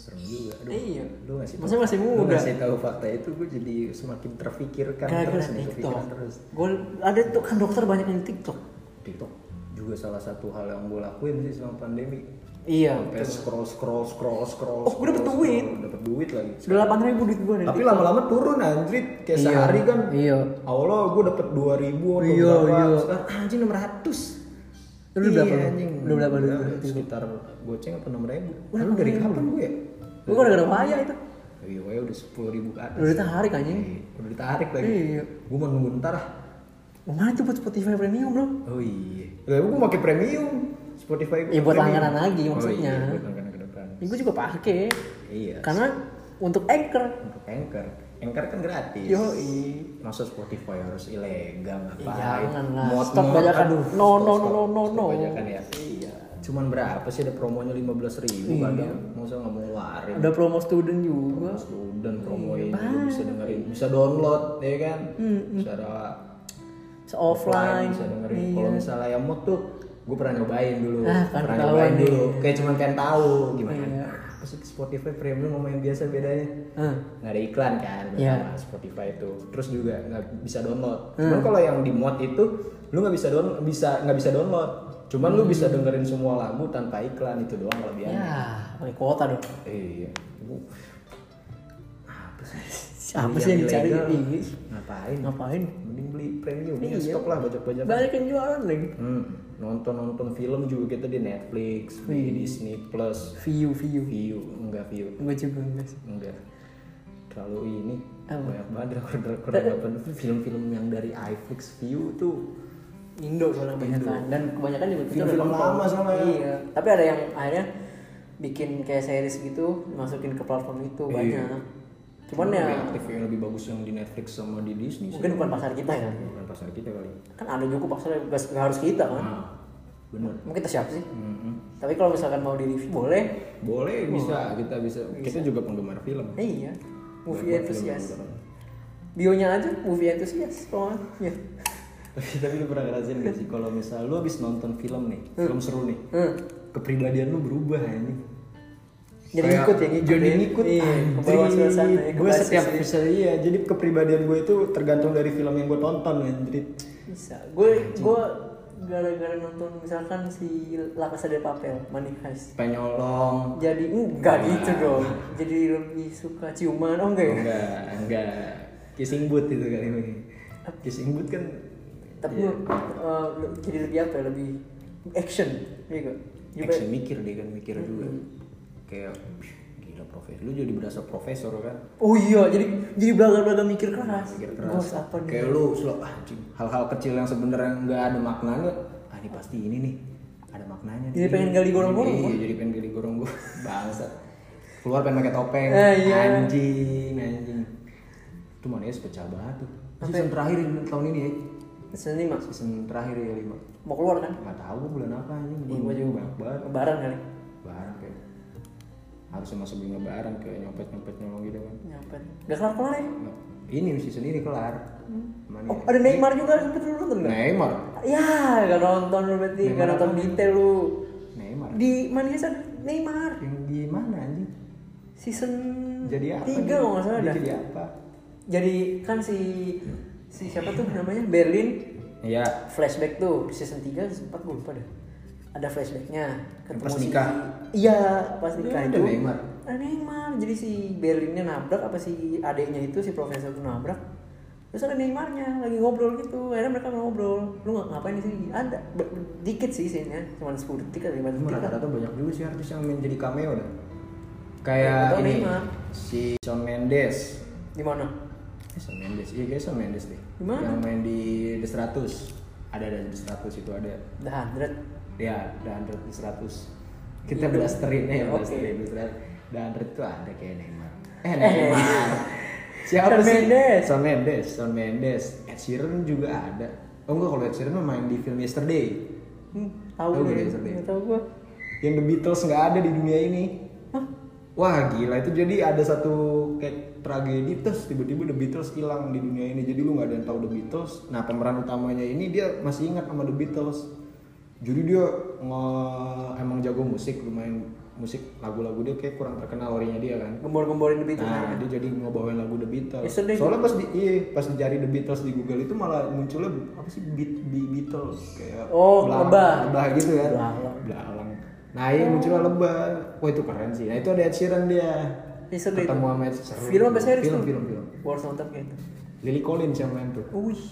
Speaker 2: Serem juga. Aduh.
Speaker 1: Iya.
Speaker 2: Lu ngasih tahu.
Speaker 1: Maksudnya masih
Speaker 2: Lu
Speaker 1: muda.
Speaker 2: ngasih tahu fakta itu gue jadi semakin terfikirkan
Speaker 1: gara-gara
Speaker 2: Kan terus nih,
Speaker 1: TikTok
Speaker 2: kepikiran terus.
Speaker 1: gue ada tuh kan dokter banyak yang TikTok
Speaker 2: TikTok juga salah satu hal yang gue lakuin sih selama pandemi.
Speaker 1: iya
Speaker 2: Sampai scroll scroll scroll scroll.
Speaker 1: Oh, gua dapet
Speaker 2: scroll,
Speaker 1: duit.
Speaker 2: scroll, Dapet duit lagi.
Speaker 1: sudah delapan ribu duit gue nih
Speaker 2: Tapi lama-lama turun anjrit kayak sehari kan
Speaker 1: iya
Speaker 2: Awalnya gue dapet 2000 ribu atau
Speaker 1: Iya,
Speaker 2: berapa
Speaker 1: iya.
Speaker 2: Sekarang "Ah, anjing 600
Speaker 1: Lu berapa lu?
Speaker 2: anjing
Speaker 1: Lu berapa lu?
Speaker 2: Sekitar goceng apa 6 ribu Wah lu dari kapan gue ya?
Speaker 1: gue gara-gara bahaya itu
Speaker 2: Iya gue udah 10 ribu ke atas Iya,
Speaker 1: udah ditarik anjing
Speaker 2: Udah ditarik lagi
Speaker 1: iya
Speaker 2: Gue mau nunggu ntar ah
Speaker 1: mana tuh buat Spotify Premium bro
Speaker 2: Oh iya Lah gue pakai premium Spotify gua
Speaker 1: ya buat
Speaker 2: premium.
Speaker 1: langganan lagi
Speaker 2: Oh iya
Speaker 1: maksudnya
Speaker 2: buat langganan ke depan
Speaker 1: ya, gue juga pakai
Speaker 2: Iya
Speaker 1: karena untuk anchor
Speaker 2: Untuk Anchor Anchor kan gratis
Speaker 1: yo
Speaker 2: Masa Spotify harus ilegal apa?
Speaker 1: Eh, jangan lah.
Speaker 2: Muat-muat,
Speaker 1: Stop bajakan.
Speaker 2: aduh,
Speaker 1: No,
Speaker 2: stop,
Speaker 1: no, no,
Speaker 2: stop,
Speaker 1: no, no,
Speaker 2: stop
Speaker 1: no.
Speaker 2: bajakan ya. Iya. Cuman berapa sih ada promonya 15.000 ribu kadang. Masa nggak mau warin.
Speaker 1: Iya. ada Iya, promo student juga
Speaker 2: Student promoin juga bisa dengerin, bisa download ya kan. Secara
Speaker 1: Se- offline Iya.
Speaker 2: bisa dengerin. Kalau misalnya yang mood tuh gue pernah nyobain dulu,
Speaker 1: Ah, kan
Speaker 2: pernah
Speaker 1: ketahuan Iya.
Speaker 2: nyobain
Speaker 1: nih.
Speaker 2: dulu. Kayak cuman pengen tahu gimana. Apa sih Spotify premium sama yang biasa bedanya?
Speaker 1: Hah.
Speaker 2: nggak ada iklan kan
Speaker 1: Iya. Hmm.
Speaker 2: pertama Spotify itu terus juga nggak bisa download cuman kalau yang di mod itu lu nggak bisa down bisa nggak bisa download cuman
Speaker 1: Hmm.
Speaker 2: lu bisa dengerin semua lagu tanpa iklan itu doang kelebihannya
Speaker 1: ya pakai kuota dong
Speaker 2: iya Bu, apa sih
Speaker 1: siapa
Speaker 2: Iya,
Speaker 1: sih yang dicari
Speaker 2: ilegal.
Speaker 1: ini
Speaker 2: ngapain
Speaker 1: ngapain
Speaker 2: mending beli premium
Speaker 1: Iya.
Speaker 2: ya stok lah banyak banyak
Speaker 1: banyak yang jualan lagi
Speaker 2: nonton nonton film juga kita di Netflix
Speaker 1: Iya.
Speaker 2: di Disney Plus
Speaker 1: view view
Speaker 2: view enggak view
Speaker 1: gue juga guys
Speaker 2: enggak terlalu ini banyak banget drakor-drakor drakor film-film yang dari iFlix View tuh
Speaker 1: Indo soalnya kebanyakan kan, dan kebanyakan juga kita
Speaker 2: Film-film
Speaker 1: udah nonton.
Speaker 2: lama soalnya.
Speaker 1: iya tapi ada yang akhirnya bikin kayak series gitu masukin ke platform itu
Speaker 2: Iya.
Speaker 1: banyak cuman ya
Speaker 2: Lebih aktif yang lebih bagus yang di Netflix sama di Disney
Speaker 1: mungkin bukan pasar kita ya
Speaker 2: sih. bukan pasar kita kali
Speaker 1: kan ada juga pasar yang nggak nggak harus kita kan
Speaker 2: nah bener
Speaker 1: mungkin kita siapa sih
Speaker 2: Mhm.
Speaker 1: tapi kalau misalkan mau di review boleh
Speaker 2: boleh bisa kita bisa kita juga penggemar film
Speaker 1: Eh, iya movie
Speaker 2: Buat- buat
Speaker 1: enthusiast
Speaker 2: film-film.
Speaker 1: bionya aja movie enthusiast kalau nggak, ya
Speaker 2: tapi tapi lu pernah ngerasain gak sih kalau misal lu habis nonton film nih film seru nih
Speaker 1: Hmm.
Speaker 2: kepribadian lu berubah ya, ini
Speaker 1: Jadi ngikut ya, ngikut
Speaker 2: jadi
Speaker 1: ya.
Speaker 2: ngikut Ah,
Speaker 1: Iya,
Speaker 2: anjing.
Speaker 1: kebawa suasana ya,
Speaker 2: gue
Speaker 1: kebawa
Speaker 2: setiap
Speaker 1: suasana.
Speaker 2: bisa iya jadi kepribadian gue itu tergantung dari film yang gue tonton ya jadi
Speaker 1: bisa gue gue gara-gara nonton misalkan si La Casa de Papel Money Heist
Speaker 2: pengen nyolong
Speaker 1: jadi enggak gitu dong jadi lebih suka ciuman oh enggak ya
Speaker 2: enggak enggak kissing booth itu kali ini kissing booth kan
Speaker 1: tapi eh, le- jadi lebih apa ya lebih action gitu
Speaker 2: action mikir dia kan mikir juga kayak "Wih, gila profesor lu jadi berasa profesor kan
Speaker 1: oh iya jadi jadi belaga-belaga mikir keras
Speaker 2: mikir
Speaker 1: Gua
Speaker 2: keras
Speaker 1: harus apa nih
Speaker 2: kayak lu slow ah, anjing. hal-hal kecil yang sebenarnya nggak ada maknanya ah ini pasti ini nih ada maknanya nih.
Speaker 1: Jadi pengen gali gorong-gorong,
Speaker 2: iya jadi pengen gali gorong gue bangsa keluar pengen pakai topeng
Speaker 1: Eh, iya.
Speaker 2: anjing anjing itu mana ya pecah banget tuh season terakhir ini, tahun ini ya
Speaker 1: seni mas
Speaker 2: season terakhir ya lima
Speaker 1: mau keluar kan
Speaker 2: nggak tahu gua bulan apa
Speaker 1: Iya,
Speaker 2: anjing
Speaker 1: gua juga.
Speaker 2: banyak banget
Speaker 1: lebaran kali
Speaker 2: barang kayak harusnya masuk sebelum lebaran kayak nyopet nyopet nyolong gitu kan
Speaker 1: nyampe gak kelar kelar ya
Speaker 2: Nah, ini season ini kelar Mana
Speaker 1: oh
Speaker 2: ya?
Speaker 1: ada Neymar juga sempet lu nonton nggak
Speaker 2: Neymar
Speaker 1: ya gak nonton lu berarti gak nonton detail lu
Speaker 2: Neymar
Speaker 1: di Money Heist ada Neymar
Speaker 2: yang gimana anjing
Speaker 1: season
Speaker 2: jadi apa
Speaker 1: tiga
Speaker 2: dia?
Speaker 1: kalau nggak salah
Speaker 2: Dia
Speaker 1: dah
Speaker 2: jadi apa
Speaker 1: jadi kan si si siapa tuh namanya Berlin
Speaker 2: iya
Speaker 1: flashback tuh season 3 season 4 gue lupa deh ada flashbacknya ketemu
Speaker 2: Pas
Speaker 1: si-
Speaker 2: nikah.
Speaker 1: iya pas nikah
Speaker 2: ada
Speaker 1: itu
Speaker 2: Neymar.
Speaker 1: ada Neymar jadi si Berlinnya nabrak apa si adiknya itu si profesor itu nabrak terus ada Neymarnya lagi ngobrol gitu akhirnya mereka ngobrol lu nggak ngapain di sini ada Ba- dikit sih scene-nya cuma 10 detik atau 5 detik lah
Speaker 2: rata-rata banyak juga sih artis yang main jadi cameo dah
Speaker 1: Atau
Speaker 2: kayak ini
Speaker 1: Neymar.
Speaker 2: si Shawn Mendes
Speaker 1: di mana
Speaker 2: Eh, Shawn Mendes iya kayak Shawn Mendes deh
Speaker 1: Di mana?
Speaker 2: yang main di The 100 ada ada di The 100 itu ada
Speaker 1: the hundred
Speaker 2: ya The 100 The 100 kita
Speaker 1: Itu.
Speaker 2: blasterin ya
Speaker 1: Iya. Oke.
Speaker 2: blasterin The 100 The 100 itu ada kayak Neymar eh
Speaker 1: Neymar.
Speaker 2: Neymar siapa
Speaker 1: Shawn
Speaker 2: sih
Speaker 1: Mendes.
Speaker 2: Shawn Mendes Shawn Mendes Ed Sheeran juga ada oh enggak kalau Ed Sheeran mah main di film Yesterday
Speaker 1: hmm, tahu
Speaker 2: Tahu
Speaker 1: deh
Speaker 2: gak dia?
Speaker 1: nggak tahu gue
Speaker 2: yang The Beatles nggak ada di dunia ini
Speaker 1: Hah?
Speaker 2: Wah gila itu jadi ada satu kayak tragedi terus tiba-tiba The Beatles hilang di dunia ini jadi lu nggak ada yang tahu The Beatles. Nah pemeran utamanya ini dia masih ingat sama The Beatles. Jadi dia nge- emang jago musik lumayan musik lagu-lagu dia kayak kurang terkenal orinya dia kan.
Speaker 1: gembor-gemborin lebih itu
Speaker 2: Nah dia jadi ngebawain lagu The Beatles.
Speaker 1: Yesterday.
Speaker 2: Soalnya pas di iya, pas dicari The Beatles di Google itu malah munculnya apa sih Beat, Be- Beatles kayak
Speaker 1: Oh, lebah. Oh.
Speaker 2: lebah gitu kan.
Speaker 1: Belalang.
Speaker 2: Belalang. Nah, iya munculnya lebah. Wah, itu keren sih. Nah, itu ada Ed Sheeran dia.
Speaker 1: Yesterday
Speaker 2: Ketemu
Speaker 1: itu.
Speaker 2: sama Ed Sheeran.
Speaker 1: Film apa series
Speaker 2: Film,
Speaker 1: tuh?
Speaker 2: film, film.
Speaker 1: War nonton kayak gitu.
Speaker 2: Lily Collins yang main tuh.
Speaker 1: Wih,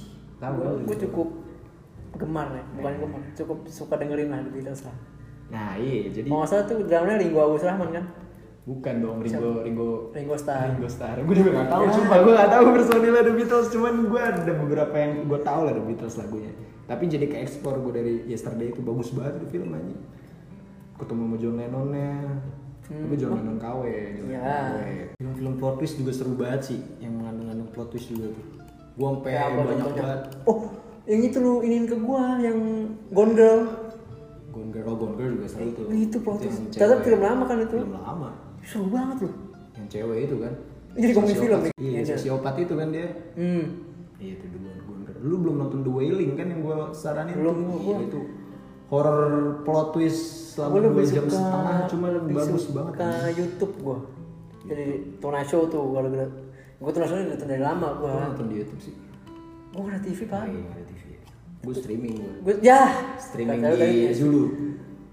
Speaker 2: Tahu
Speaker 1: gua-
Speaker 2: lu.
Speaker 1: gua cukup gemar ya, bukan gemar, cukup suka dengerin lah The Beatles lah.
Speaker 2: Nah, iya jadi
Speaker 1: Mau nggak salah tuh dramanya Ringo Agus Rahman kan?
Speaker 2: bukan dong Ringo Ringo
Speaker 1: Ringo Starr.
Speaker 2: Ringo Starr. Gue juga gak tahu, Ya, sumpah gue gak tahu personilnya The Beatles. Cuman gue ada beberapa yang gue tahu lah The Beatles lagunya. Tapi jadi ke ekspor gue dari Yesterday itu bagus banget di film aja. Ketemu sama John Lennonnya.
Speaker 1: Hmm.
Speaker 2: Tapi John Lennon KW, John Lennon
Speaker 1: Iya.
Speaker 2: KW. Film-film plot twist juga seru banget sih, yang mengandung-andung plot twist juga tuh. Gue sampai
Speaker 1: Ya, apa
Speaker 2: banyak
Speaker 1: contohnya?
Speaker 2: banget.
Speaker 1: Oh, yang itu lu inin ke gua yang Gone Girl.
Speaker 2: Gone Girl, oh Gone Girl juga seru tuh.
Speaker 1: Itu plot
Speaker 2: yang
Speaker 1: twist.
Speaker 2: cewek.
Speaker 1: Tetap film lama kan itu?
Speaker 2: Film lama.
Speaker 1: Seru banget loh.
Speaker 2: Yang cewek itu kan.
Speaker 1: Jadi ngomongin film
Speaker 2: Sosiopat-
Speaker 1: nih.
Speaker 2: Iya,
Speaker 1: Iya, iya.
Speaker 2: sosiopat itu kan dia.
Speaker 1: Hmm.
Speaker 2: Iya itu The Gone Gone Girl. Lu belum nonton The Wailing kan yang gue saranin
Speaker 1: Belum,
Speaker 2: tuh.
Speaker 1: gua-
Speaker 2: Iya,
Speaker 1: gua.
Speaker 2: itu horror plot twist
Speaker 1: Gua
Speaker 2: selama
Speaker 1: lebih
Speaker 2: dua jam
Speaker 1: suka-
Speaker 2: setengah cuma
Speaker 1: lebih
Speaker 2: bagus
Speaker 1: suka
Speaker 2: banget.
Speaker 1: YouTube gua. Jadi Tonight Show tuh gara-gara gua Tonight Show udah dari lama gua.
Speaker 2: Gue nonton di YouTube sih.
Speaker 1: Gua nggak ada TV, Pak.
Speaker 2: Ah, iya nggak ada TV. Gue streaming gue.
Speaker 1: Gue ya
Speaker 2: Streaming
Speaker 1: Kata lu
Speaker 2: di
Speaker 1: tadi-
Speaker 2: Zulu.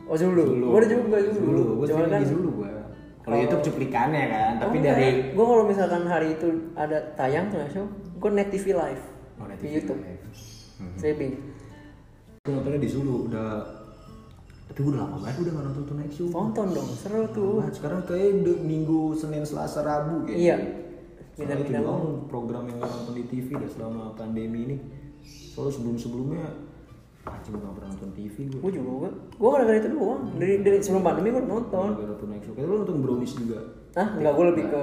Speaker 1: Oh Zulu. Gue ada juga Zulu.
Speaker 2: Gue
Speaker 1: Cuma
Speaker 2: streaming
Speaker 1: kan
Speaker 2: di Zulu gue. Kalau YouTube cuplikannya kan, tapi
Speaker 1: Oh,
Speaker 2: dari
Speaker 1: gue kalau misalkan hari itu ada tayang tuh show, gue net TV live
Speaker 2: Oh, ada
Speaker 1: di
Speaker 2: TV
Speaker 1: YouTube streaming.
Speaker 2: Gue Mhm. nontonnya di Zulu udah tapi gue udah lama banget udah gak nonton Tonight Show.
Speaker 1: Tonton dong, seru tuh.
Speaker 2: Nah, sekarang kayak de- minggu Senin Selasa Rabu kayak.
Speaker 1: Iya.
Speaker 2: Soalnya itu
Speaker 1: Pindah-pindah
Speaker 2: doang program yang gue nonton di TV udah selama pandemi ini. Soalnya sebelum sebelumnya Aci gak ah, pernah nonton TV gue.
Speaker 1: gue juga gue gue gara-gara itu doang dari dari sebelum pandemi gue nonton
Speaker 2: Gara-gara tuh naik suka. Lu nonton Brownies juga.
Speaker 1: ah nggak gue lebih ke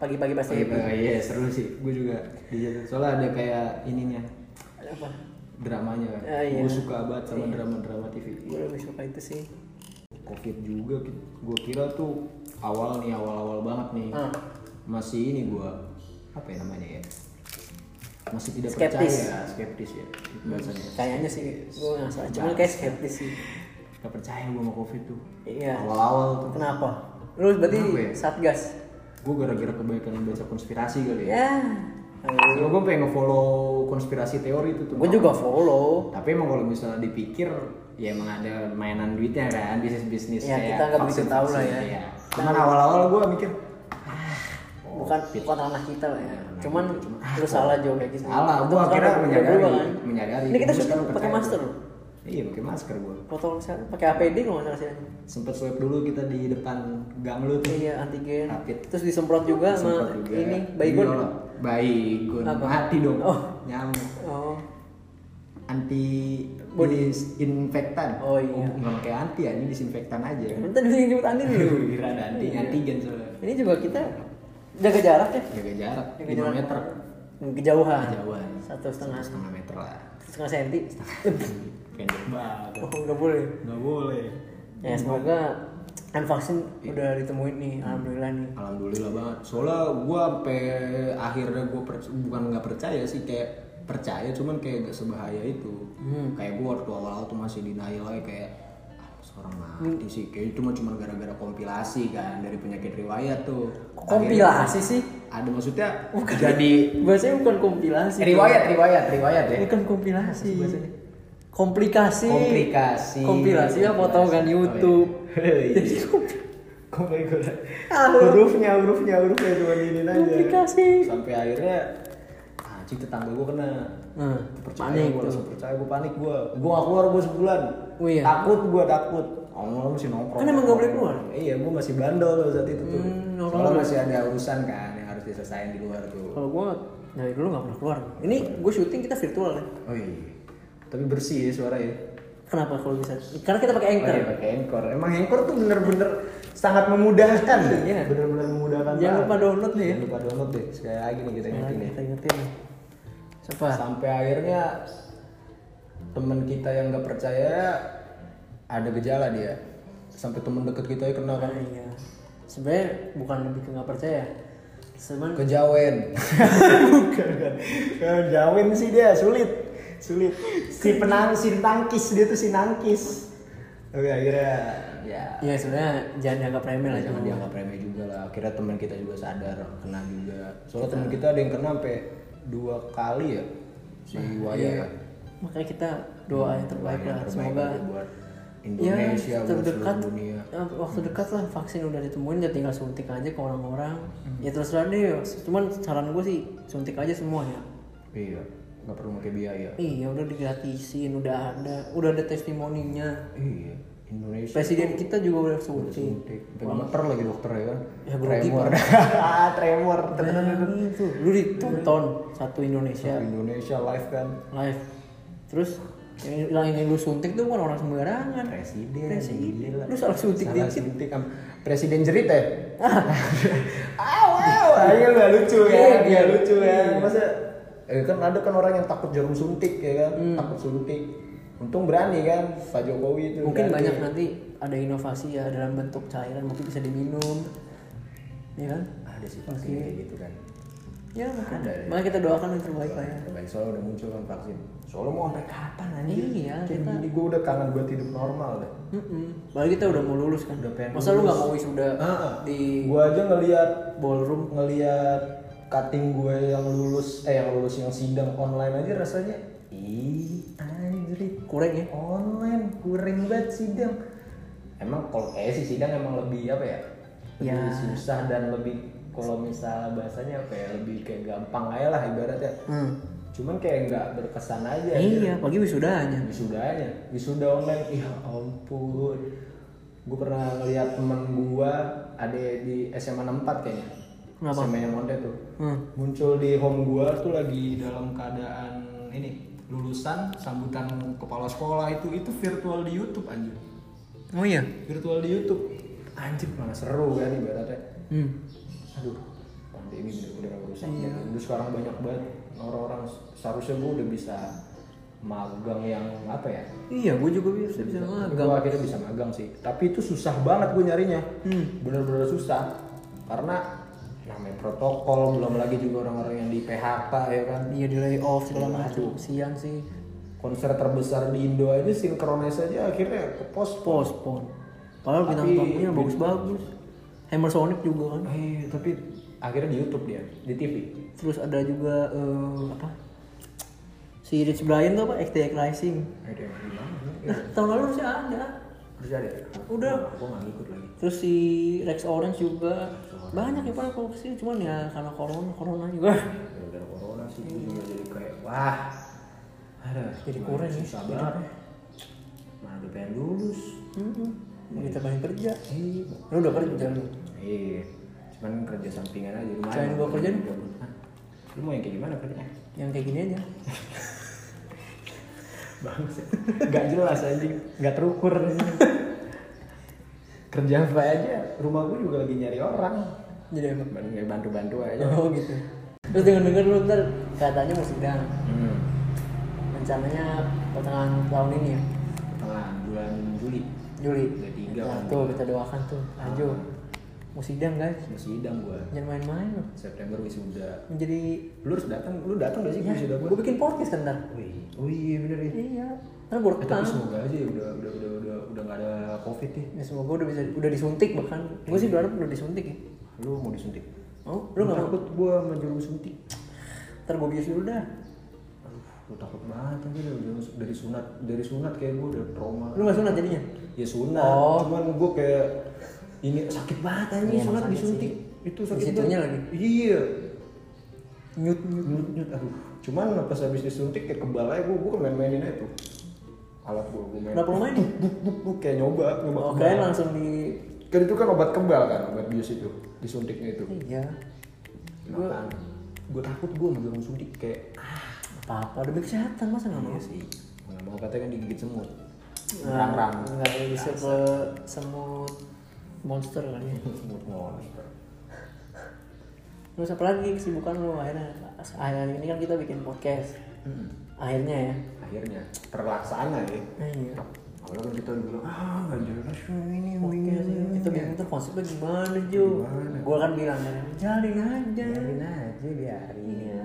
Speaker 1: pagi-pagi pasti happy
Speaker 2: Iya, iya seru sih. Gue juga di situ. Soalnya ada kayak ininya
Speaker 1: apa
Speaker 2: dramanya kan.
Speaker 1: Ah, iya.
Speaker 2: Gue suka banget sama drama-drama TV.
Speaker 1: gue lebih suka itu sih
Speaker 2: Covid juga gue kira tuh awal nih awal-awal banget nih.
Speaker 1: Ah.
Speaker 2: Masih ini gue apa ya namanya ya? Masih tidak
Speaker 1: Skeptis.
Speaker 2: percaya, skeptis ya bahasanya.
Speaker 1: kayaknya sih gue nggak salah cuma kayak skeptis sih
Speaker 2: Gak percaya gue sama Covid tuh.
Speaker 1: iya
Speaker 2: Awal-awal tuh
Speaker 1: kenapa lu berarti
Speaker 2: Kenapa ya?
Speaker 1: satgas
Speaker 2: gue gara-gara kebaikan yang baca konspirasi kali ya.
Speaker 1: ya
Speaker 2: Soalnya gue pengen nge-follow konspirasi teori itu tuh.
Speaker 1: gue juga follow
Speaker 2: Tapi emang kalau misalnya dipikir, ya emang ada mainan duitnya kan, bisnis-bisnis
Speaker 1: Ya,
Speaker 2: kayak
Speaker 1: kita nggak begitu tahu lah
Speaker 2: vaksin-vaksin, gitu.
Speaker 1: ya.
Speaker 2: Cuman awal-awal gue mikir, "Ah,
Speaker 1: bukan bukan ranah kita lah ya
Speaker 2: ranah
Speaker 1: cuman
Speaker 2: kita, cuman-
Speaker 1: lu salah jauh kayak gitu
Speaker 2: Salah,
Speaker 1: Atau
Speaker 2: gua
Speaker 1: sekarang
Speaker 2: akhirnya
Speaker 1: udah
Speaker 2: menyadari-
Speaker 1: berubah
Speaker 2: menyadari.
Speaker 1: kan. ini kita
Speaker 2: Gua
Speaker 1: syuting
Speaker 2: sekarang
Speaker 1: pakai
Speaker 2: percaya.
Speaker 1: masker loh
Speaker 2: iya pakai masker gue.
Speaker 1: protokol kesehatan pakai APD kalau nggak salah sih
Speaker 2: Sempet swipe dulu kita di depan gang lu tuh.
Speaker 1: iya antigen
Speaker 2: Rapid.
Speaker 1: terus disemprot juga sama
Speaker 2: Sempet juga.
Speaker 1: ini baygon
Speaker 2: Iya, Baygon.
Speaker 1: Apa?
Speaker 2: Mati dong.
Speaker 1: Oh.
Speaker 2: Nyamuk.
Speaker 1: oh
Speaker 2: Anti body disinfektan.
Speaker 1: Oh, iya.
Speaker 2: Nggak pakai anti ya, ini disinfektan aja.
Speaker 1: bentar dulu yang nyebut anti dulu
Speaker 2: Kira ada
Speaker 1: Iya.
Speaker 2: antinya, antigen soalnya.
Speaker 1: ini juga kita jaga jarak ya
Speaker 2: jaga jarak
Speaker 1: Jaga
Speaker 2: 5
Speaker 1: jarak.
Speaker 2: meter Ah,
Speaker 1: kejauhan
Speaker 2: jauhan
Speaker 1: satu setengah
Speaker 2: setengah meter lah
Speaker 1: setengah senti
Speaker 2: pendek banget
Speaker 1: oh nggak boleh
Speaker 2: nggak boleh
Speaker 1: ya semoga vaksin udah ditemuin nih alhamdulillah nih
Speaker 2: alhamdulillah banget soalnya gua sampai akhirnya gua per- bukan nggak percaya sih kayak percaya cuman kayak gak sebahaya itu kayak gua waktu awal-awal tuh masih denial aja kayak "Ah, seorang mati sih kayak itu mah cuma gara-gara kompilasi kan dari penyakit riwayat tuh
Speaker 1: Kok kompilasi sih
Speaker 2: ada maksudnya jadi
Speaker 1: bahasanya bukan kompilasi
Speaker 2: riwayat riwayat riwayat ya
Speaker 1: bukan kompilasi komplikasi
Speaker 2: komplikasi Oh, iya.
Speaker 1: kompilasi ya foto kan YouTube
Speaker 2: jadi komplikasi hurufnya hurufnya hurufnya cuma ini aja
Speaker 1: komplikasi
Speaker 2: sampai akhirnya anjing tetangga gue kena
Speaker 1: nah
Speaker 2: Oh, iya.
Speaker 1: panik
Speaker 2: percaya gue
Speaker 1: tuh
Speaker 2: langsung percaya gue panik gue gue gak keluar gue sebulan
Speaker 1: Oh iya.
Speaker 2: takut gue takut Omong masih nongkrong
Speaker 1: Kan emang nggak boleh keluar?
Speaker 2: Iya, gue masih bandel loh saat itu tuh
Speaker 1: Hmm, nongkrong. Oh.
Speaker 2: Soalnya masih ada urusan kan yang harus diselesaikan di luar tuh
Speaker 1: kalau gue dari dulu nggak pernah keluar ini gue syuting kita virtual ya
Speaker 2: Oh iya Tapi bersih ya suaranya
Speaker 1: kenapa kalau bisa karena kita pakai
Speaker 2: Oh
Speaker 1: anchor
Speaker 2: iya pakai Anchor. Emang Anchor tuh bener-bener sangat memudahkan.
Speaker 1: Iya.
Speaker 2: Bener-bener memudahkan.
Speaker 1: Jangan
Speaker 2: banget.
Speaker 1: lupa download nih ya.
Speaker 2: Jangan lupa download deh. Sekali lagi nih kita
Speaker 1: Nah,
Speaker 2: ingetin ya.
Speaker 1: kita ingetin siapa
Speaker 2: Sampai akhirnya temen kita yang nggak percaya ada gejala dia. Sampai temen deket kita yang kena kan
Speaker 1: Ah, iya sebenarnya bukan lebih ke nggak percaya cuman
Speaker 2: kejawen. Bukan kan. Kejawen sih dia sulit. Sulit. Si penang si tangkis dia tuh si nangkis. Tapi akhirnya ya
Speaker 1: ya sebenarnya jangan dianggap remeh lah
Speaker 2: Nah, jangan
Speaker 1: itu.
Speaker 2: dianggap remeh juga lah. Akhirnya teman kita juga sadar kena juga. Soalnya teman kita ada yang kena sampai dua kali ya si Waya
Speaker 1: iya.
Speaker 2: kan.
Speaker 1: makanya kita doa yang terbaik
Speaker 2: Doa yang
Speaker 1: lah
Speaker 2: terbaik
Speaker 1: semoga
Speaker 2: aja buat
Speaker 1: ya
Speaker 2: Indonesia buat
Speaker 1: terdekat
Speaker 2: seluruh dunia.
Speaker 1: eh, waktu dekat lah vaksin udah ditemuin ya tinggal suntik aja ke orang-orang
Speaker 2: Hmm.
Speaker 1: ya terus terang deh cuman saran gue sih suntik aja semua ya
Speaker 2: Iya, nggak perlu pakai biaya.
Speaker 1: iya udah digratisin udah ada udah ada testimoninya
Speaker 2: Iya, Indonesia.
Speaker 1: presiden kita juga udah suntik
Speaker 2: suntik. Sampai meter lagi dokter ya kan.
Speaker 1: Ya, grogi,
Speaker 2: tremor. tremor.
Speaker 1: Bayangin tuh Nah, lu ditonton satu Indonesia
Speaker 2: Indonesia live kan.
Speaker 1: live terus yang, yang lu suntik tuh bukan orang sembarangan
Speaker 2: Presiden.
Speaker 1: Presiden.
Speaker 2: gila.
Speaker 1: Lu salah suntik
Speaker 2: Salah
Speaker 1: dikit.
Speaker 2: suntik, am- Presiden jerit ya. Aw, aw, ayo nggak lucu
Speaker 1: Iya,
Speaker 2: ya,
Speaker 1: iya.
Speaker 2: nggak lucu ya. Masa eh, kan ada kan orang yang takut jarum suntik ya kan,
Speaker 1: Hmm.
Speaker 2: takut suntik. Untung berani kan Pak Jokowi itu. kan.
Speaker 1: mungkin
Speaker 2: berani.
Speaker 1: banyak nanti ada inovasi ya dalam bentuk cairan mungkin bisa diminum ya kan
Speaker 2: Ada Ah, sih vaksin kayak gitu kan.
Speaker 1: ya mungkin
Speaker 2: Ada, ya.
Speaker 1: makanya kita doakan yang terbaik lah ya
Speaker 2: Terbaik soalnya udah muncul kan vaksin. Soalnya mau sampai kapan anjir?
Speaker 1: Iya,
Speaker 2: Kayak
Speaker 1: kita-
Speaker 2: gini gue udah kangen buat hidup normal deh.
Speaker 1: Mm-mm. Apalagi kita udah mau lulus kan
Speaker 2: Udah pengen
Speaker 1: masa lu nggak mau wisuda
Speaker 2: Ah,
Speaker 1: di
Speaker 2: Gue aja ngelihat
Speaker 1: ballroom
Speaker 2: ngelihat cutting gue yang lulus eh yang lulus yang sidang online aja rasanya ih anjrit
Speaker 1: kurang ya
Speaker 2: online kuring banget sidang emang kalau kayak sih sidang emang lebih apa ya
Speaker 1: Ya.
Speaker 2: lebih susah dan lebih kalau misalnya bahasanya apa ya lebih kayak gampang aja lah ibaratnya
Speaker 1: hmm.
Speaker 2: cuman kayak nggak berkesan aja
Speaker 1: iya pagi wisudanya
Speaker 2: wisudanya wisuda online ya ampun gue pernah ngeliat temen gue ada di SMA 64 kayaknya
Speaker 1: Kenapa?
Speaker 2: SMA yang Monde tuh
Speaker 1: hmm.
Speaker 2: muncul di home gue tuh lagi dalam keadaan ini lulusan sambutan kepala sekolah itu itu virtual di YouTube anjir
Speaker 1: oh iya
Speaker 2: virtual di YouTube anjir mana seru kan ibaratnya
Speaker 1: hmm.
Speaker 2: aduh pandemi bener-bener rusak iya. Udah sekarang banyak banget orang-orang seharusnya gue udah bisa magang yang apa ya
Speaker 1: iya gue juga bisa bisa
Speaker 2: gue
Speaker 1: magang
Speaker 2: akhirnya bisa magang sih tapi itu susah banget gue nyarinya
Speaker 1: Hmm.
Speaker 2: bener-bener susah karena namanya protokol belum lagi juga orang-orang yang di PHK ya kan
Speaker 1: iya di layoff segala macam
Speaker 2: Aduh.
Speaker 1: sian sih
Speaker 2: konser terbesar di Indo aja sinkronis aja akhirnya ke pos
Speaker 1: postpone padahal bintang
Speaker 2: Tapi-
Speaker 1: tamunya bagus-bagus Hammer Sonic juga kan
Speaker 2: eh tapi akhirnya di YouTube dia di TV
Speaker 1: terus ada juga eh, apa si Rich Brian tuh apa XTX Rising
Speaker 2: ada yang bilang
Speaker 1: nah tahun lalu harusnya ada
Speaker 2: harus ada ya?
Speaker 1: Udah.
Speaker 2: aku nggak ngikut lagi
Speaker 1: terus si Rex Orange juga banyak ya pada kalau kesini cuman ya karena corona corona juga
Speaker 2: gara-gara corona sih gue juga jadi kayak wah ada
Speaker 1: Jadi kurang ya,
Speaker 2: susah banget mana udah pengen lulus
Speaker 1: hmm. kita banyak kerja
Speaker 2: Iya.
Speaker 1: lu udah kerja lu
Speaker 2: iya cuman kerja sampingan aja lumayan
Speaker 1: Selain gua kerja nih?
Speaker 2: Hah? lu mau yang kayak gimana kerjanya
Speaker 1: yang kayak gini aja
Speaker 2: bagus ya nggak jelas aja nggak terukur kerja apa aja rumah gue juga lagi nyari orang
Speaker 1: jadi emang
Speaker 2: bantu bantu aja
Speaker 1: oh gitu terus dengan dengar lu ntar katanya mau sidang
Speaker 2: hmm.
Speaker 1: rencananya pertengahan tahun ini ya
Speaker 2: pertengahan bulan Juli
Speaker 1: Juli
Speaker 2: Udah tiga
Speaker 1: Nah,
Speaker 2: kan.
Speaker 1: tuh kita doakan tuh lanjut mau sidang guys
Speaker 2: masih sidang gue
Speaker 1: jangan main-main loh
Speaker 2: September wisuda
Speaker 1: menjadi
Speaker 2: lu harus datang lu datang gak sih ke wisuda gue
Speaker 1: gue bikin podcast kan ntar
Speaker 2: Wih, Iya. oh iya bener ya.
Speaker 1: iya ntar gue
Speaker 2: Eh,
Speaker 1: rekam
Speaker 2: tapi semoga aja ya udah udah udah udah udah nggak ada covid nih.
Speaker 1: ya semoga udah bisa udah disuntik bahkan gue sih berharap udah disuntik ya
Speaker 2: Lu mau disuntik?
Speaker 1: mau lu nggak mau
Speaker 2: takut gua sama jarum suntik?
Speaker 1: ntar gue bius dulu dah
Speaker 2: Aduh, lu takut banget aja lu jarum- dari sunat dari sunat kayak gua udah trauma.
Speaker 1: lu nggak sunat jadinya
Speaker 2: Ya sunat,
Speaker 1: Oh.
Speaker 2: cuman gua kayak ini sakit banget aja
Speaker 1: Iya,
Speaker 2: sunat
Speaker 1: sakit
Speaker 2: disuntik.
Speaker 1: sih.
Speaker 2: Itu
Speaker 1: Di
Speaker 2: sakit
Speaker 1: situnya
Speaker 2: banget. Iya.
Speaker 1: nyut nyut
Speaker 2: Nyut nyut aduh. Cuman pas habis disuntik kayak kebal aja gua gua kan main-mainin aja tuh. Alat gua gua main.
Speaker 1: kenapa lu main
Speaker 2: Buk buk buk kayak nyoba, nyoba
Speaker 1: oh
Speaker 2: kebal.
Speaker 1: kalian langsung di
Speaker 2: Kan itu kan obat kebal kan, obat bius itu, disuntiknya itu.
Speaker 1: iya
Speaker 2: Kenapa? Gue takut gue sama jarum suntik kayak
Speaker 1: apa apa demi kesehatan masa nggak mau
Speaker 2: sih. Nggak mau katanya Iya kan digigit semut.
Speaker 1: Nah,
Speaker 2: Rang-rang.
Speaker 1: nggak bisa ke semut monster kali ya
Speaker 2: Semut monster.
Speaker 1: Terus apa lagi kesibukan lo akhirnya? Akhirnya ini kan kita bikin podcast. Akhirnya ya.
Speaker 2: Akhirnya terlaksana ya.
Speaker 1: Nah, iya.
Speaker 2: Awalnya kan kita bilang ah nggak jelas oh, ini oh, ini
Speaker 1: Podcast ya. Kita bingung tuh konsepnya gimana Iya. Jo?
Speaker 2: Gimana?
Speaker 1: Gue kan bilang kan, jalin aja.
Speaker 2: biarin aja biarin
Speaker 1: Iya.
Speaker 2: ya.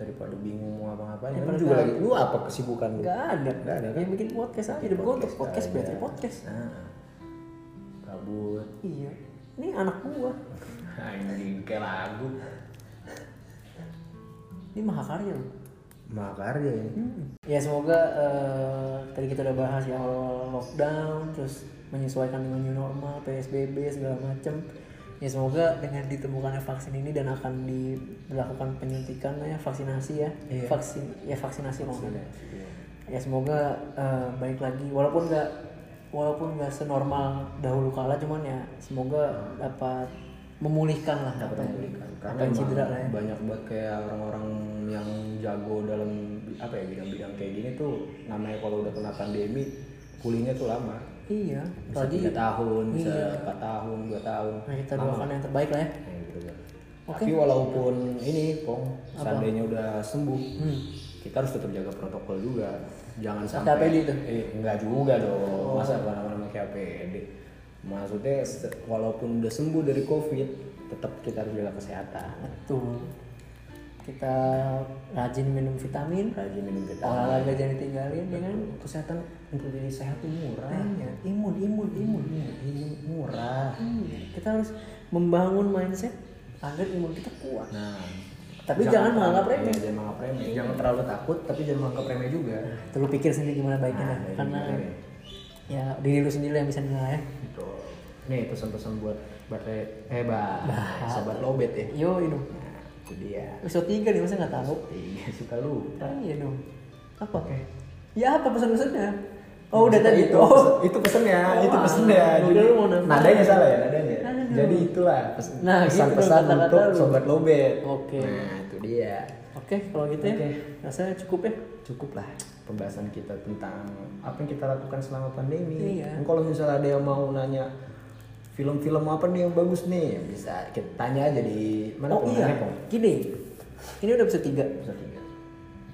Speaker 2: Daripada bingung mau apa-apain.
Speaker 1: Daripada
Speaker 2: Lu juga
Speaker 1: tahu.
Speaker 2: lagi lu apa kesibukan lu?
Speaker 1: Gak ada.
Speaker 2: Nggak ada, kan?
Speaker 1: Yang bikin podcast aja. Udah gue untuk podcast berarti podcast.
Speaker 2: Nah, kabut.
Speaker 1: Iya. Ini anak gua.
Speaker 2: Anjing kayak lagu.
Speaker 1: Ini mahakarya loh.
Speaker 2: Makarya ini.
Speaker 1: Ya semoga eh, tadi kita udah bahas ya awal lockdown terus menyesuaikan dengan new normal, PSBB segala macem. Ya semoga dengan ditemukannya vaksin ini dan akan dilakukan penyuntikan ya vaksinasi ya.
Speaker 2: Iya.
Speaker 1: Vaksin ya vaksinasi maksudnya. Ya semoga eh, baik lagi walaupun nggak walaupun nggak senormal dahulu kala cuman ya semoga dapat memulihkan lah dapat memulihkan
Speaker 2: karena
Speaker 1: Akan
Speaker 2: emang
Speaker 1: Iya. cedera lah ya.
Speaker 2: banyak banget kayak orang-orang yang jago dalam apa ya bidang-bidang kayak gini tuh namanya kalau udah kena pandemi pulihnya tuh lama
Speaker 1: Iya,
Speaker 2: bisa
Speaker 1: apalagi
Speaker 2: tiga tahun bisa
Speaker 1: iya.
Speaker 2: empat tahun dua tahun
Speaker 1: nah, kita doakan yang terbaik lah ya.
Speaker 2: Nah, gitu kan.
Speaker 1: Oke.
Speaker 2: tapi walaupun ini pong seandainya udah sembuh
Speaker 1: Hmm.
Speaker 2: kita harus tetap jaga protokol juga jangan sampai
Speaker 1: APD itu?
Speaker 2: eh, enggak juga dong
Speaker 1: Oh.
Speaker 2: masa apa namanya kayak APD maksudnya se- walaupun udah sembuh dari covid tetap kita harus jaga kesehatan
Speaker 1: Betul. Kita rajin minum vitamin,
Speaker 2: rajin minum vitamin
Speaker 1: olahraga jangan ditinggalin ya kan.
Speaker 2: kesehatan untuk diri sehat tuh murah
Speaker 1: Iya, imun, imun, imun.
Speaker 2: Ini murah
Speaker 1: Iya, Kita harus membangun mindset agar imun kita kuat.
Speaker 2: nah
Speaker 1: Tapi jangan menganggap remeh.
Speaker 2: Iya, jangan menganggap remeh jangan terlalu takut tapi jangan menganggap remeh juga
Speaker 1: Terus lu pikir sendiri gimana baiknya
Speaker 2: Nah,
Speaker 1: dah.
Speaker 2: dari
Speaker 1: karena
Speaker 2: diri.
Speaker 1: ya diri lu sendiri yang bisa nilai ya.
Speaker 2: Gitu. Nih pesan-pesan buat baterai eh bah, sobat lobet ya.
Speaker 1: Yo, ini.
Speaker 2: Nah, itu dia.
Speaker 1: Episode 3 nih masa nggak tahu?
Speaker 2: Iya, suka lupa.
Speaker 1: Iya dong. Apa? Ya apa pesan-pesannya? Oh udah
Speaker 2: Maksudnya
Speaker 1: tadi
Speaker 2: itu.
Speaker 1: Oh.
Speaker 2: Itu pesennya,
Speaker 1: Oh,
Speaker 2: itu pesennya.
Speaker 1: ah,
Speaker 2: Jadi
Speaker 1: gua kira lu mau nanya.
Speaker 2: nadanya salah ya, nadanya.
Speaker 1: Nada dong.
Speaker 2: Jadi itulah pes-
Speaker 1: Nah, gitu dong
Speaker 2: pesan-pesan
Speaker 1: kata-kata
Speaker 2: untuk
Speaker 1: lu.
Speaker 2: sobat lobet.
Speaker 1: Oke.
Speaker 2: Nah, itu dia.
Speaker 1: Oke, kalau gitu ya.
Speaker 2: Oke.
Speaker 1: Rasanya cukup ya.
Speaker 2: cukup lah pembahasan kita tentang apa yang kita lakukan selama pandemi.
Speaker 1: Iya.
Speaker 2: Dan Kalau misalnya ada yang mau nanya film-film apa nih yang bagus nih, bisa kita tanya aja di mana
Speaker 1: oh
Speaker 2: Pong?
Speaker 1: iya.
Speaker 2: Mana, Pong?
Speaker 1: Gini. Ini udah episode 3.
Speaker 2: Bisa tiga.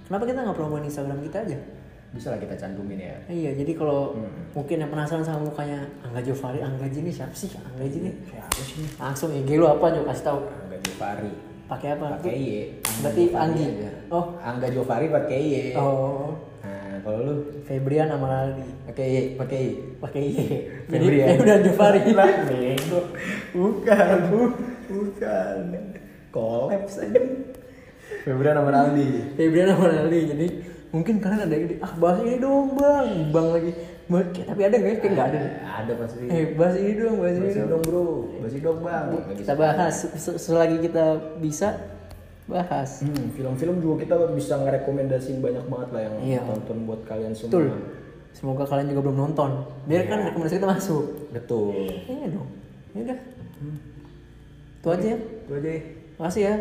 Speaker 1: Kenapa kita nggak promoin Instagram kita aja?
Speaker 2: Bisa lah kita cantumin ya.
Speaker 1: Iya, jadi kalau
Speaker 2: Hmm.
Speaker 1: mungkin yang penasaran sama mukanya Angga Jovari, Angga Jini siapa sih? Angga Jini.
Speaker 2: Siapa sih?
Speaker 1: Langsung IG lu apa Jo kasih tahu.
Speaker 2: Angga Jovari.
Speaker 1: Pakai apa?
Speaker 2: Pakai Y.
Speaker 1: Berarti
Speaker 2: Jovari
Speaker 1: Anggi.
Speaker 2: aja.
Speaker 1: Oh.
Speaker 2: Angga Jovari pakai Y.
Speaker 1: Oh,
Speaker 2: Nah, kalau lu
Speaker 1: Febrian Amaraldi.
Speaker 2: pakai Y, pakai Y.
Speaker 1: Pakai Y. Jadi
Speaker 2: Febrian.
Speaker 1: ya udah Jovari.
Speaker 2: Lah, bego. Bukan, bu- bukan. Kolaps aja. Febrian sama Aldi.
Speaker 1: Febrian Amaraldi. Jadi mungkin kalian ada yang di ah bahas ini dong bang, bang lagi. Bang, kayak- Tapi ada nggak? Kayak nggak ada. deh.
Speaker 2: Ada pasti.
Speaker 1: Eh bahas ini dong, bahas ini
Speaker 2: Basi
Speaker 1: dong.
Speaker 2: dong bro, basi dong bang.
Speaker 1: Kita bahas Se- selagi kita bisa bahas.
Speaker 2: Hmm, film-film juga kita bisa ngerekomendasiin banyak banget lah yang
Speaker 1: Iya.
Speaker 2: tonton buat kalian semua.
Speaker 1: Betul. Semoga kalian juga belum nonton. Biar kan rekomendasi kita masuk.
Speaker 2: Betul.
Speaker 1: Iya dong. Ya udah. Itu aja ya.
Speaker 2: Itu aja. ya.
Speaker 1: Makasih ya.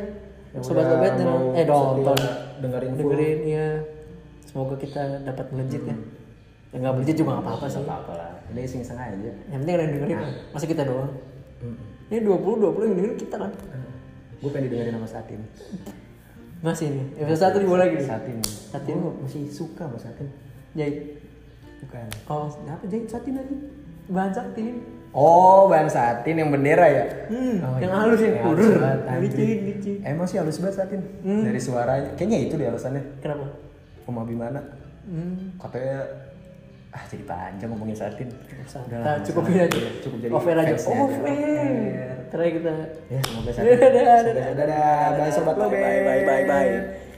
Speaker 2: Yang
Speaker 1: Sobat
Speaker 2: udah
Speaker 1: sobat
Speaker 2: mau
Speaker 1: eh nonton.
Speaker 2: setia dengerin full.
Speaker 1: Dengerin ya. Semoga kita dapat melejit ya. Ya nggak melejit juga nggak apa-apa sih.
Speaker 2: Gak apa-apa lah. Ini iseng sengaja.
Speaker 1: Yang penting ada yang dengerin.
Speaker 2: Nah.
Speaker 1: Masih kita doang. Ini 20 20 yang dengerin kita kan.
Speaker 2: Gue pengen didengerin sama Satin.
Speaker 1: Masih nih. Episode satu di bola gitu.
Speaker 2: Satin. Oh.
Speaker 1: Satin.
Speaker 2: Gua masih suka sama Satin.
Speaker 1: Jai.
Speaker 2: Bukan.
Speaker 1: Oh, apa Jai? Satin lagi. Bahan sakti.
Speaker 2: Oh, Bang Satin yang bendera ya?
Speaker 1: Hmm,
Speaker 2: Oh,
Speaker 1: yang
Speaker 2: iya.
Speaker 1: halus yang
Speaker 2: Yang
Speaker 1: kurus.
Speaker 2: halus banget, anjing.
Speaker 1: Licin, licin.
Speaker 2: Emang sih halus banget Satin.
Speaker 1: Hmm.
Speaker 2: Dari suaranya. Kayaknya itu deh alasannya.
Speaker 1: Kenapa?
Speaker 2: Om Abimana.
Speaker 1: Hmm.
Speaker 2: Katanya ah jadi panjang ngomongin Satin. Udah lah,
Speaker 1: Nah, cukup ini
Speaker 2: masalah.
Speaker 1: aja.
Speaker 2: Cukup jadi
Speaker 1: off air aja.
Speaker 2: fansnya
Speaker 1: Off
Speaker 2: aja.
Speaker 1: air. Terakhir kita.
Speaker 2: Ya, semoga Satin.
Speaker 1: Dadah, dadah.
Speaker 2: Dadah, dadah. Bye sobat.
Speaker 1: Bye, bye, bye, bye, bye.